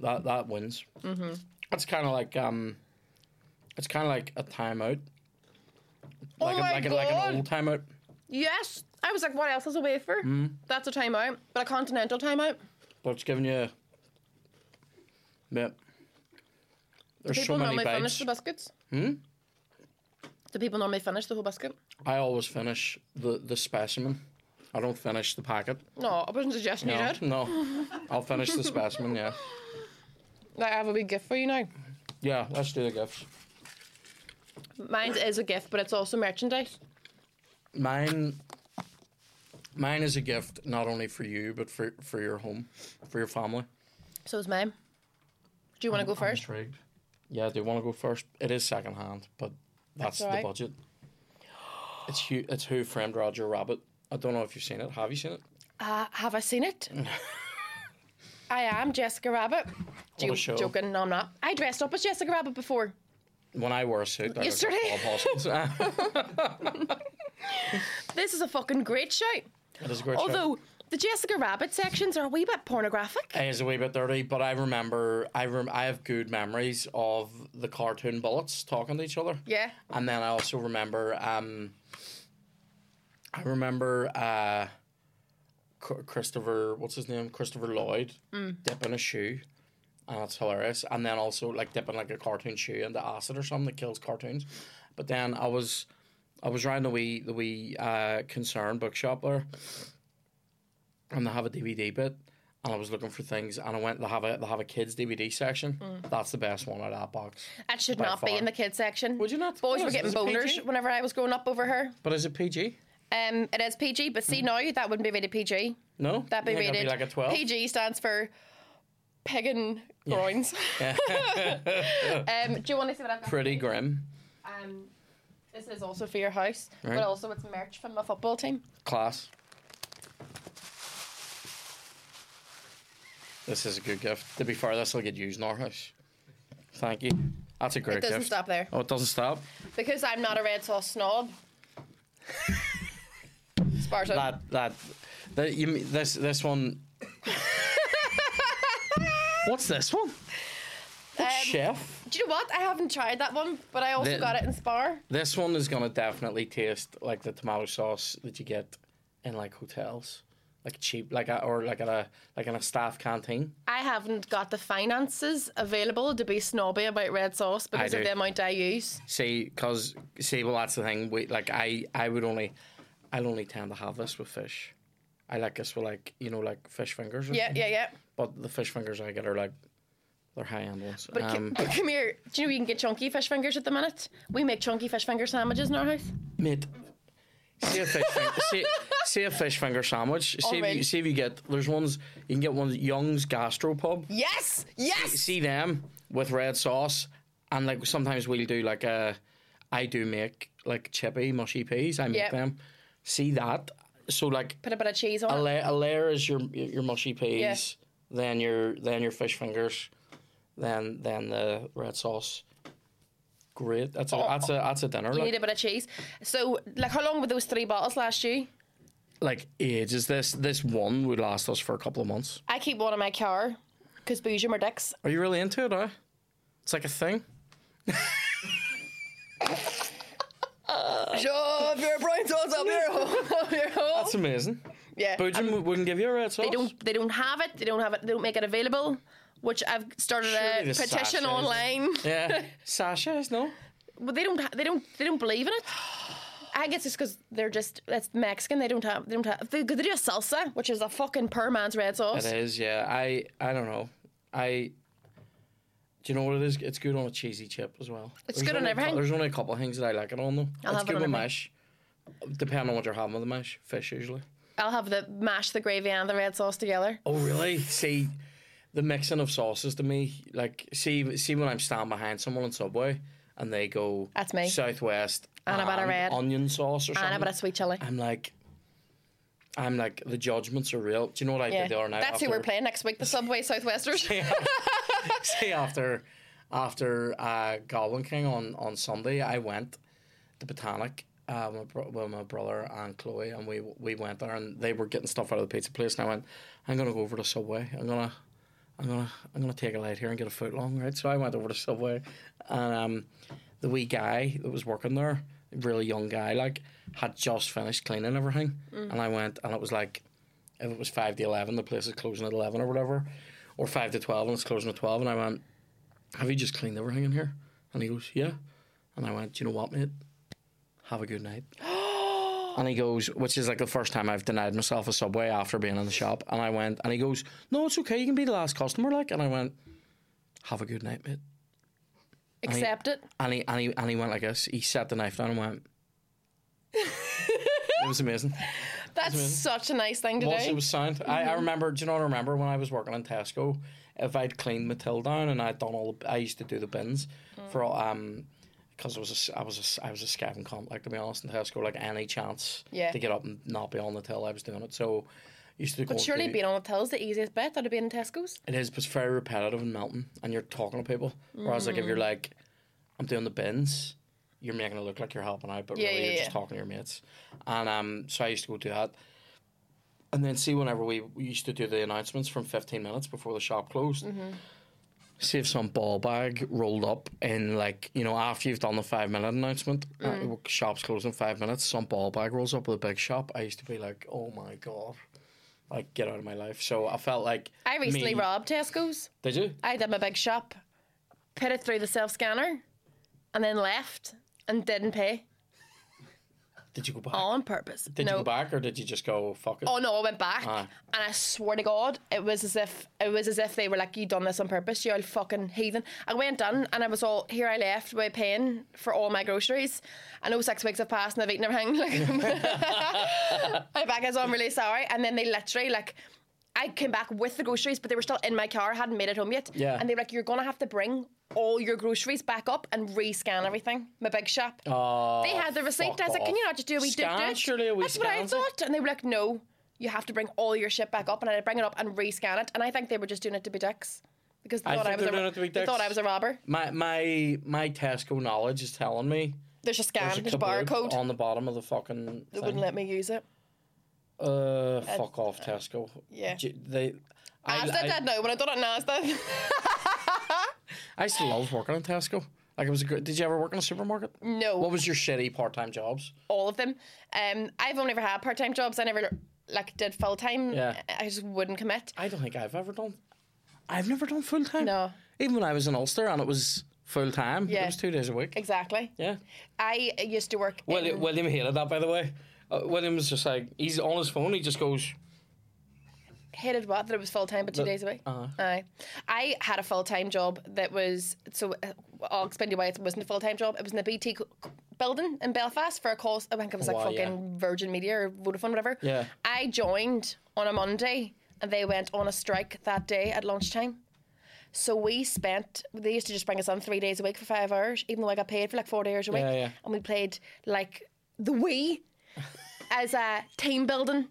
that that wins. Mm-hmm. It's kind of like um, it's kind of like a timeout,
Oh
like a,
my
like, a,
god!
like an old timeout.
yes, I was like, what else is a wafer?
Mm.
That's a timeout, but a continental timeout.
But it's giving you. Yeah. There's
People
so many
normally finish
bites.
the biscuits. Hmm. Do people normally finish the whole biscuit?
I always finish the the specimen. I don't finish the packet.
No, I wasn't suggesting you
No,
did.
no. I'll finish the specimen. Yeah,
Like, I have a big gift for you now.
yeah. Let's do the gifts.
Mine is a gift, but it's also merchandise.
Mine, mine is a gift not only for you but for for your home, for your family.
So is mine. Do you want to go first?
Intrigued.
Yeah, do you want to go first? It is secondhand, but that's,
That's all
the
right.
budget. It's Hugh, it's Who Framed Roger Rabbit. I don't know if you've seen it. Have you seen it?
Uh, have I seen it? I am Jessica Rabbit.
What
Jo-
a show.
joking? No, I'm not. I dressed up as Jessica Rabbit before.
When I wore a suit, I was like,
Yesterday.
Bob Hoskins.
This is a fucking great shout.
it is a great show.
Although the Jessica Rabbit sections are a wee bit pornographic.
It is a wee bit dirty, but I remember I rem- I have good memories of the cartoon bullets talking to each other.
Yeah.
And then I also remember, um, I remember uh, Chr- Christopher, what's his name? Christopher Lloyd dipping a shoe. And that's hilarious. And then also like dipping like a cartoon shoe into acid or something that kills cartoons. But then I was, I was around the wee the wee uh, concern bookshop there, and they have a DVD bit. And I was looking for things, and I went. They have a they have a kids DVD section. That's the best one out of that box.
That should
By
not be
far.
in the kids section.
Would you not? What
Boys were
is it?
getting
Is it
boners
PG?
whenever I was growing up over her.
But is it PG?
Um, it is PG, but see now that wouldn't be rated PG.
No,
That'd be
You think
rated
I'd like a twelve.
PG stands for pegging groins. um, do you want to see what I've got?
Pretty grim,
Um, this is also for your house,
Right.
but also it's merch from my football team.
class. This is a good gift. To be fair, this will get used in our house. Thank you. That's a great
It doesn't
gift.
stop there
Oh, it doesn't stop.
because I'm not a red sauce snob. Sparta.
That that, that you mean- this this one. What's this one? What's
Um,
chef?
Do you know what? I haven't tried that one, but I also
The-
got it in Spar.
This one is gonna definitely taste like the tomato sauce that you get in like hotels, like cheap, like a, or like at a like in a staff canteen.
I haven't got the finances available to be snobby about red sauce because
do.
of the amount I use.
See, because see, well, that's the thing. We like I I would only I'll only tend to have this with fish. I like this with like you know like fish fingers. or
Yeah,
something.
yeah, yeah.
But the fish fingers I get are like they're high end ones.
But c-
um,
but come here. Do you know you can get chunky fish fingers at the minute? We make chunky fish finger sandwiches in our house.
mate. See a fish, fin- see, see a fish finger sandwich. See if,
Already.
you, see if you get there's ones you can get ones Young's Gastropub.
Yes, yes.
see them with red sauce, and like sometimes we'll do like a, I do make like chippy mushy peas. I make
Yep.
them. See that? So like
Put a bit of cheese
a,
on. it.
la- a layer is your your mushy peas, then your then your fish fingers, than than the red sauce. Great. That's a that's a that's a dinner.
You
Like,
need a bit of cheese. So, like, how long were those three bottles last year?
like ages. This this one would last us for a couple of months.
I keep one in my car because bougie my dicks.
Are you really into it? Huh? It's like a thing.
Sure, if your brain sauce up your home, your home.
That's amazing.
Yeah.
Boojum w- wouldn't give you a red sauce.
they don't they don't have it. They don't have it. They don't make it available. Which I've started
Surely
a
the sachet
petition
is-
online.
Yeah. Sashes, no.
But they don't. ha- They don't. They don't believe in it. I guess it's because they're just that's Mexican. They don't have. They don't have. They, they do a salsa, which is a fucking poor man's red sauce.
It is, yeah. I I don't know. I do you know what it is? It's good on a cheesy chip as well.
It's good on
only a cou-
everything.
there's only a couple of things that I like it on though.
I'll
it's
have it
good
on
with
everything.
mash, depending on what you're having with the mash. Fish usually.
I'll have the mash, the gravy, and the red sauce together.
Oh really? see, the mixing of sauces to me, like see see when I'm standing behind someone on Subway and they go
That's me.
Southwest
And about a red.
onion sauce or something.
And a bit of sweet chili.
I'm like, I'm like the judgments are real. Do you know what I
Yeah,
did the other night?
that's who
after-
we're playing next week. The Subway Southwesters.
say after after uh, Goblin King on, on Sunday, I went to Botanic uh, with, my bro- with my brother and Chloe, and we we went there, and they were getting stuff out of the pizza place, and I went, I'm gonna go over to Subway. I'm gonna I'm gonna I'm gonna take a light here and get a foot long, right? So I went over to Subway, and um, the wee guy that was working there, really young guy, like had just finished cleaning everything, and I went, and it was like if it was five to eleven, the place is closing at eleven or whatever, or five to twelve and it's closing at twelve. And I went, "Have you just cleaned everything in here?" And he goes, "Yeah." And I went, "Do you know what, mate? Have a good night." and he goes, which is like the first time I've denied myself a subway after being in the shop. And I went, and he goes, "No, it's okay. You can be the last customer." Like, and I went, "Have a good night, mate."
Accept it.
And he and he and he went like this. He set the knife down and went. it was amazing.
That's such a nice thing to
Once it
do.
was signed. I,
Mm-hmm.
I remember, do you know what I remember when I was working in Tesco? If I'd cleaned my till down and I'd done all the, I used to do the bins
Mm.
for all, um, because I was a s I was a, s- I was a scavenging comp, like to be honest, in Tesco, like any chance
Yeah.
to get up and not be on the till, I was doing it. So, used to go.
But
and
surely
do-
being on the till's the easiest bet. That'd have been in Tesco's.
it is, but it's very repetitive in Milton, and you're talking to people. Whereas, like, if
Mm.
you're like, I'm doing the bins, you're making it look like you're helping out, but
Yeah,
really
yeah,
you're
yeah.
just talking to your mates. And um, so I used to go do that. And then see whenever we, we used to do the announcements from 15 minutes before the shop closed.
Mm-hmm.
See if some ball bag rolled up in like you know after you've done the five minute announcement,
Mm.
uh, shops closed in five minutes. Some ball bag rolls up with a big shop. I used to be like, oh my god, like get out of my life. So I felt like
I recently
me-
robbed Tesco's.
Did you?
I did my big shop, put it through the self scanner, and then left and didn't pay.
Did you go back?
All on purpose.
Did
Oh,
you
no.
go back or did you just go fuck it?
Oh no, I went back,
Aye.
and I swear to God, it was as if it was as if they were like, "You done this on purpose, you old fucking heathen." I went down, and I was all here. I left with paying for all my groceries. I know six weeks have passed, and I've eaten everything. Like, I'm back, as I'm really sorry. And then they literally like. I came back with the groceries, but they were still in my car. I hadn't made it home yet.
Yeah.
And they were like, "You're gonna have to bring all your groceries back up and rescan everything." My big shop.
Oh,
They had the receipt.
fuck
I was like, can you
off.
not just do a wee
Scan,
dip dip?
surely a wee
That's what I
scan's it.
thought. And they were like, no, you have to bring all your shit back up. And I'd bring it up and rescan it. And I think they were just doing it to be dicks. Because they
I
thought I
think
was a
they're doing it to be
they thought
dicks.
I was a robber.
My my my Tesco knowledge is telling me
There's a scan,
there's a
there's a
kaboob
barcode.
on the bottom of the fucking.
They wouldn't
Thing.
let me use it.
Uh, fuck off, Tesco.
yeah.
J- They. I,
Asda
I,
did now when I done it in Asda.
I used to love working in Tesco. Like it was a good. Did you ever work in a supermarket?
no,
What was your shitty part-time jobs?
all of them. Um, I've only ever had part time jobs. I never like did full time.
Yeah.
I just wouldn't commit.
I don't think I've ever done. I've never done full time.
No,
Even when I was in Ulster and it was full time. It
Yeah.
was two days a week.
exactly.
Yeah.
I used to work.
Willi-
in-
William hated that, by the way. Uh, William was just like he's on his phone. He just goes,
hated what that it was full time, but two days a week.
uh-huh.
Aye, I had a full time job that was so. uh, I'll explain to you why it wasn't a full time job. It was in the BT co- co- building in Belfast for a call. I think it was like
Wow, yeah.
fucking Virgin Media or Vodafone, whatever.
Yeah.
I joined on a Monday, and they went on a strike that day at lunchtime. So we spent. They used to just bring us on three days a week for five hours, even though I got paid for like four hours a week.
Yeah, yeah.
And we played like the Wii as a team building.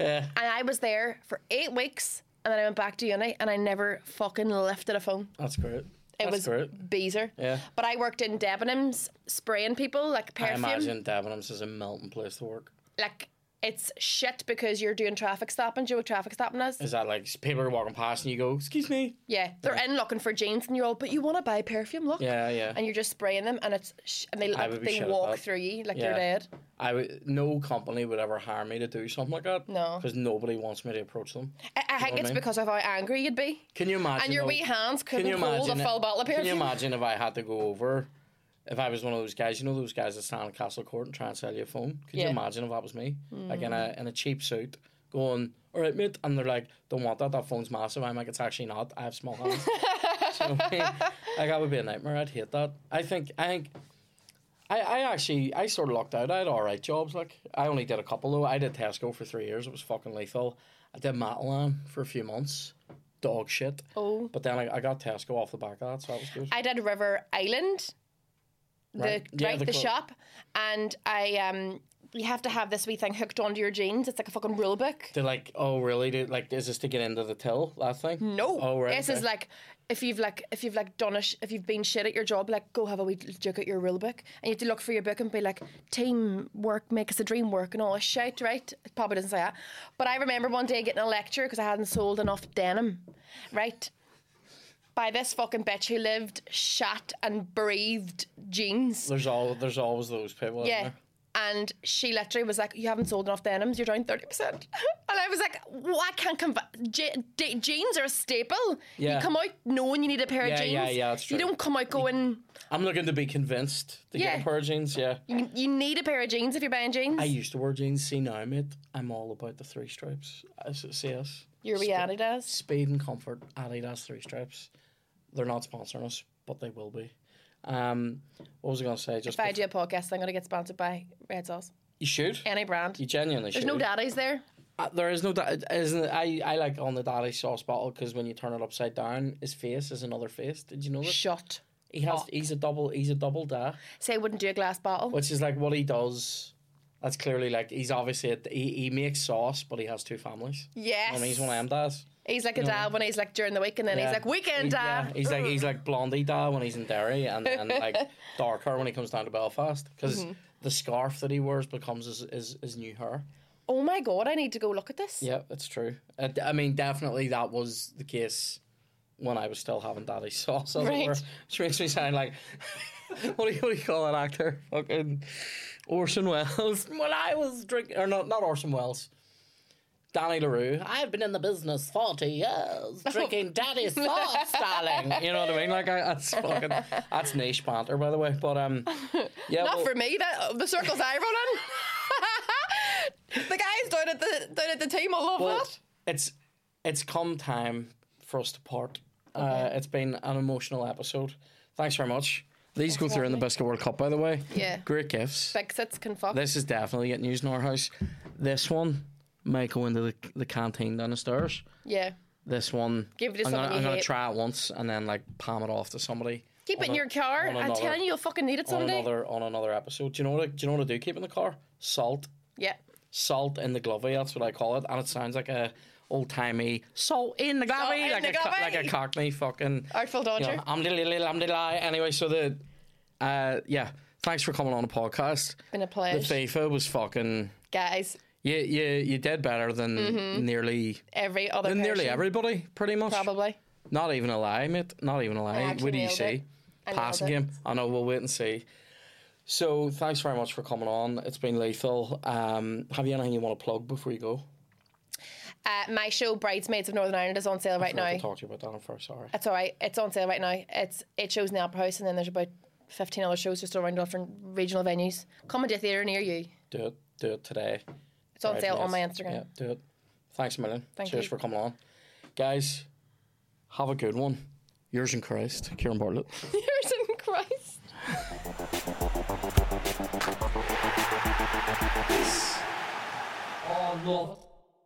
Yeah.
And I was there for eight weeks, and then I went back to uni and I never fucking lifted a phone.
That's great.
It
That's
was
great.
Beezer.
Yeah.
But I worked in Debenhams spraying people like
I
perfume.
imagine Debenhams is a melting place to work.
Like it's shit because you're doing traffic stopping. Do you know what traffic stopping is?
Is that like people are walking past and you go, "Excuse me"?
Yeah. They're in looking for jeans and you're all, but you want to buy perfume, look.
Yeah, yeah.
And you're just spraying them and it's sh- and they
I
like,
would be
they
shit at
walk
that.
through you like
Yeah.
you're dead.
I would no company would ever hire me to do something like that.
No.
because nobody wants me to approach them.
I, I
what
think
I
it's
mean?
because of how angry you'd be.
Can you imagine?
And your
though-
wee hands
Can you
couldn't hold a
imagine it-
full bottle of
Can you
perfume.
imagine if I had to go over? If I was one of those guys, you know those guys that stand at Castle Court and try and sell you a phone. Could
Yeah. Mm.
you imagine if that was me, like in a in a cheap suit, going, "All right, mate," and they're like, "Don't want that. That phone's massive." I'm like, "It's actually not. I have small hands." so, like that would be a nightmare. I'd hate that. I think I think I, I actually I sort of lucked out. I had all right jobs. Like I only did a couple though. I did Tesco for three years. It was fucking lethal. I did Matalan for a few months. Dog shit.
Oh.
But then I, I got Tesco off the back of that, so that was good.
I did River Island, the right,
Right. Yeah,
the,
the club.
shop, and I um you have to have this wee thing hooked onto your jeans. It's like a fucking rule book.
They're like, oh really? Did, like, is this to get into the till? That thing?
No,
Oh right.
this
okay.
is like if you've like if you've like done a sh- if you've been shit at your job, like go have a wee look at your rule book, and you have to look for your book and be like team work makes a dream work and all this shit, right? It probably doesn't say that, but I remember one day getting a lecture because I hadn't sold enough denim, right? By this fucking bitch who lived, shat and breathed jeans.
There's all there's always those people. Yeah.
Yeah. And she literally was like, "You haven't sold enough denims. You're down thirty percent." And I was like, well, "I can't conv- je- de- jeans are a staple. You
Yeah.
come out knowing you need a pair
Yeah,
of jeans.
yeah, yeah, that's
You
true.
don't come out going,
I'm looking to be convinced to get
Yeah.
a pair of jeans. Yeah.
you, you need a pair of jeans if you're buying jeans.
I used to wear jeans. See now, mate, I'm all about the three stripes. I s- See us.
you're wee Adidas.
Speed and comfort, Adidas three stripes. They're not sponsoring us, but they will be. Um, what was I going to say? Just
If I
bef-
do a podcast, I'm gonna get sponsored by Red Sauce,
you should.
any brand.
You genuinely
There's
should.
no daddies there.
Uh, there is no da- isn't it? I I like on the daddy sauce bottle because when you turn it upside down, his face is another face. Did you know that?
Shut.
He has he's a double he's a double da,
Say I wouldn't do a glass bottle.
which is like what he does. That's clearly like he's obviously a, he he makes sauce, but he has two families.
Yes.
And he's one of them dads.
He's like a dad when he's like during the week, and then
Yeah.
he's like weekend
He-
dad.
Yeah, he's like he's like Blondie Dad when he's in Derry, and and like darker when he comes down to Belfast because
Mm-hmm.
the scarf that he wears becomes his, his, his new hair.
oh my god, I need to go look at this.
Yeah, that's true. I, I mean, definitely that was the case when I was still having daddy sauce. as it
Right.
were, Which makes me sound like what do you what do you call that actor? Fucking Orson Welles. When I was drinking, or not not Orson Welles. Danny LaRue, I've been in the business 40 years,
Oh.
drinking daddy sauce, darling. You know what I mean? Like, I, that's fucking, that's niche banter, by the way. But, um, yeah.
Not
well-
for me. That uh, the circles I run in. the guys down at the down at the team will love
Well,
that.
it's it's come time for us to part. Uh, it's been an emotional episode. Thanks very much. These go through in the Biscuit World Cup, by the way.
Yeah.
Great gifts.
Big sits can fuck.
This is definitely getting used in our house. This one might go into the, the canteen down the stairs.
yeah.
This one,
Give it to
I'm gonna,
someone you
I'm gonna
hate.
try it once and then like palm it off to somebody.
Keep
on
it in
a-
your car.
on
I'm
another-
telling you, you'll fucking need it
on
someday.
another on another episode. Do you know what? I, do you know what I do? Keep in the car salt.
Yeah.
salt in the glovey. That's what I call it, and it sounds like a old timey salt in the glovey,
in
like
the
a co-
glovey.
like a cockney fucking.
Artful
You
Dodger.
know, I'm dilly lil, I'm dilly lie. Anyway, so the uh, yeah, thanks for coming on the podcast.
Been a
The
pleasure,
FIFA was fucking.
guys.
You you you did better than
Mm-hmm.
nearly
Every other.
than nearly
person,
everybody, pretty much.
Probably.
Not even a lie, mate. Not even a lie.
actually
What do you
nailed
see?
it. I
Passing
nailed it.
game. I know. We'll wait and see. So thanks very much for coming on. It's been lethal. Um, have you anything you want to plug before you go?
Uh, my show Bridesmaids of Northern Ireland is on sale right
I forgot to
now.
talk to you about that. I'm very sorry.
That's all right. It's on sale right now. It's it shows in the Opera House, and then there's about fifteen other shows just around different regional venues. Comedy theatre near you.
Do it. Do it today.
It's on
Five
sale on my
minutes.
Instagram.
Yeah, do it. Thanks a million.
Thank
Cheers
you.
for coming on. Guys, have a good one. Yours in Christ, Kieran Bartlett.
Yours in Christ.
Oh, love.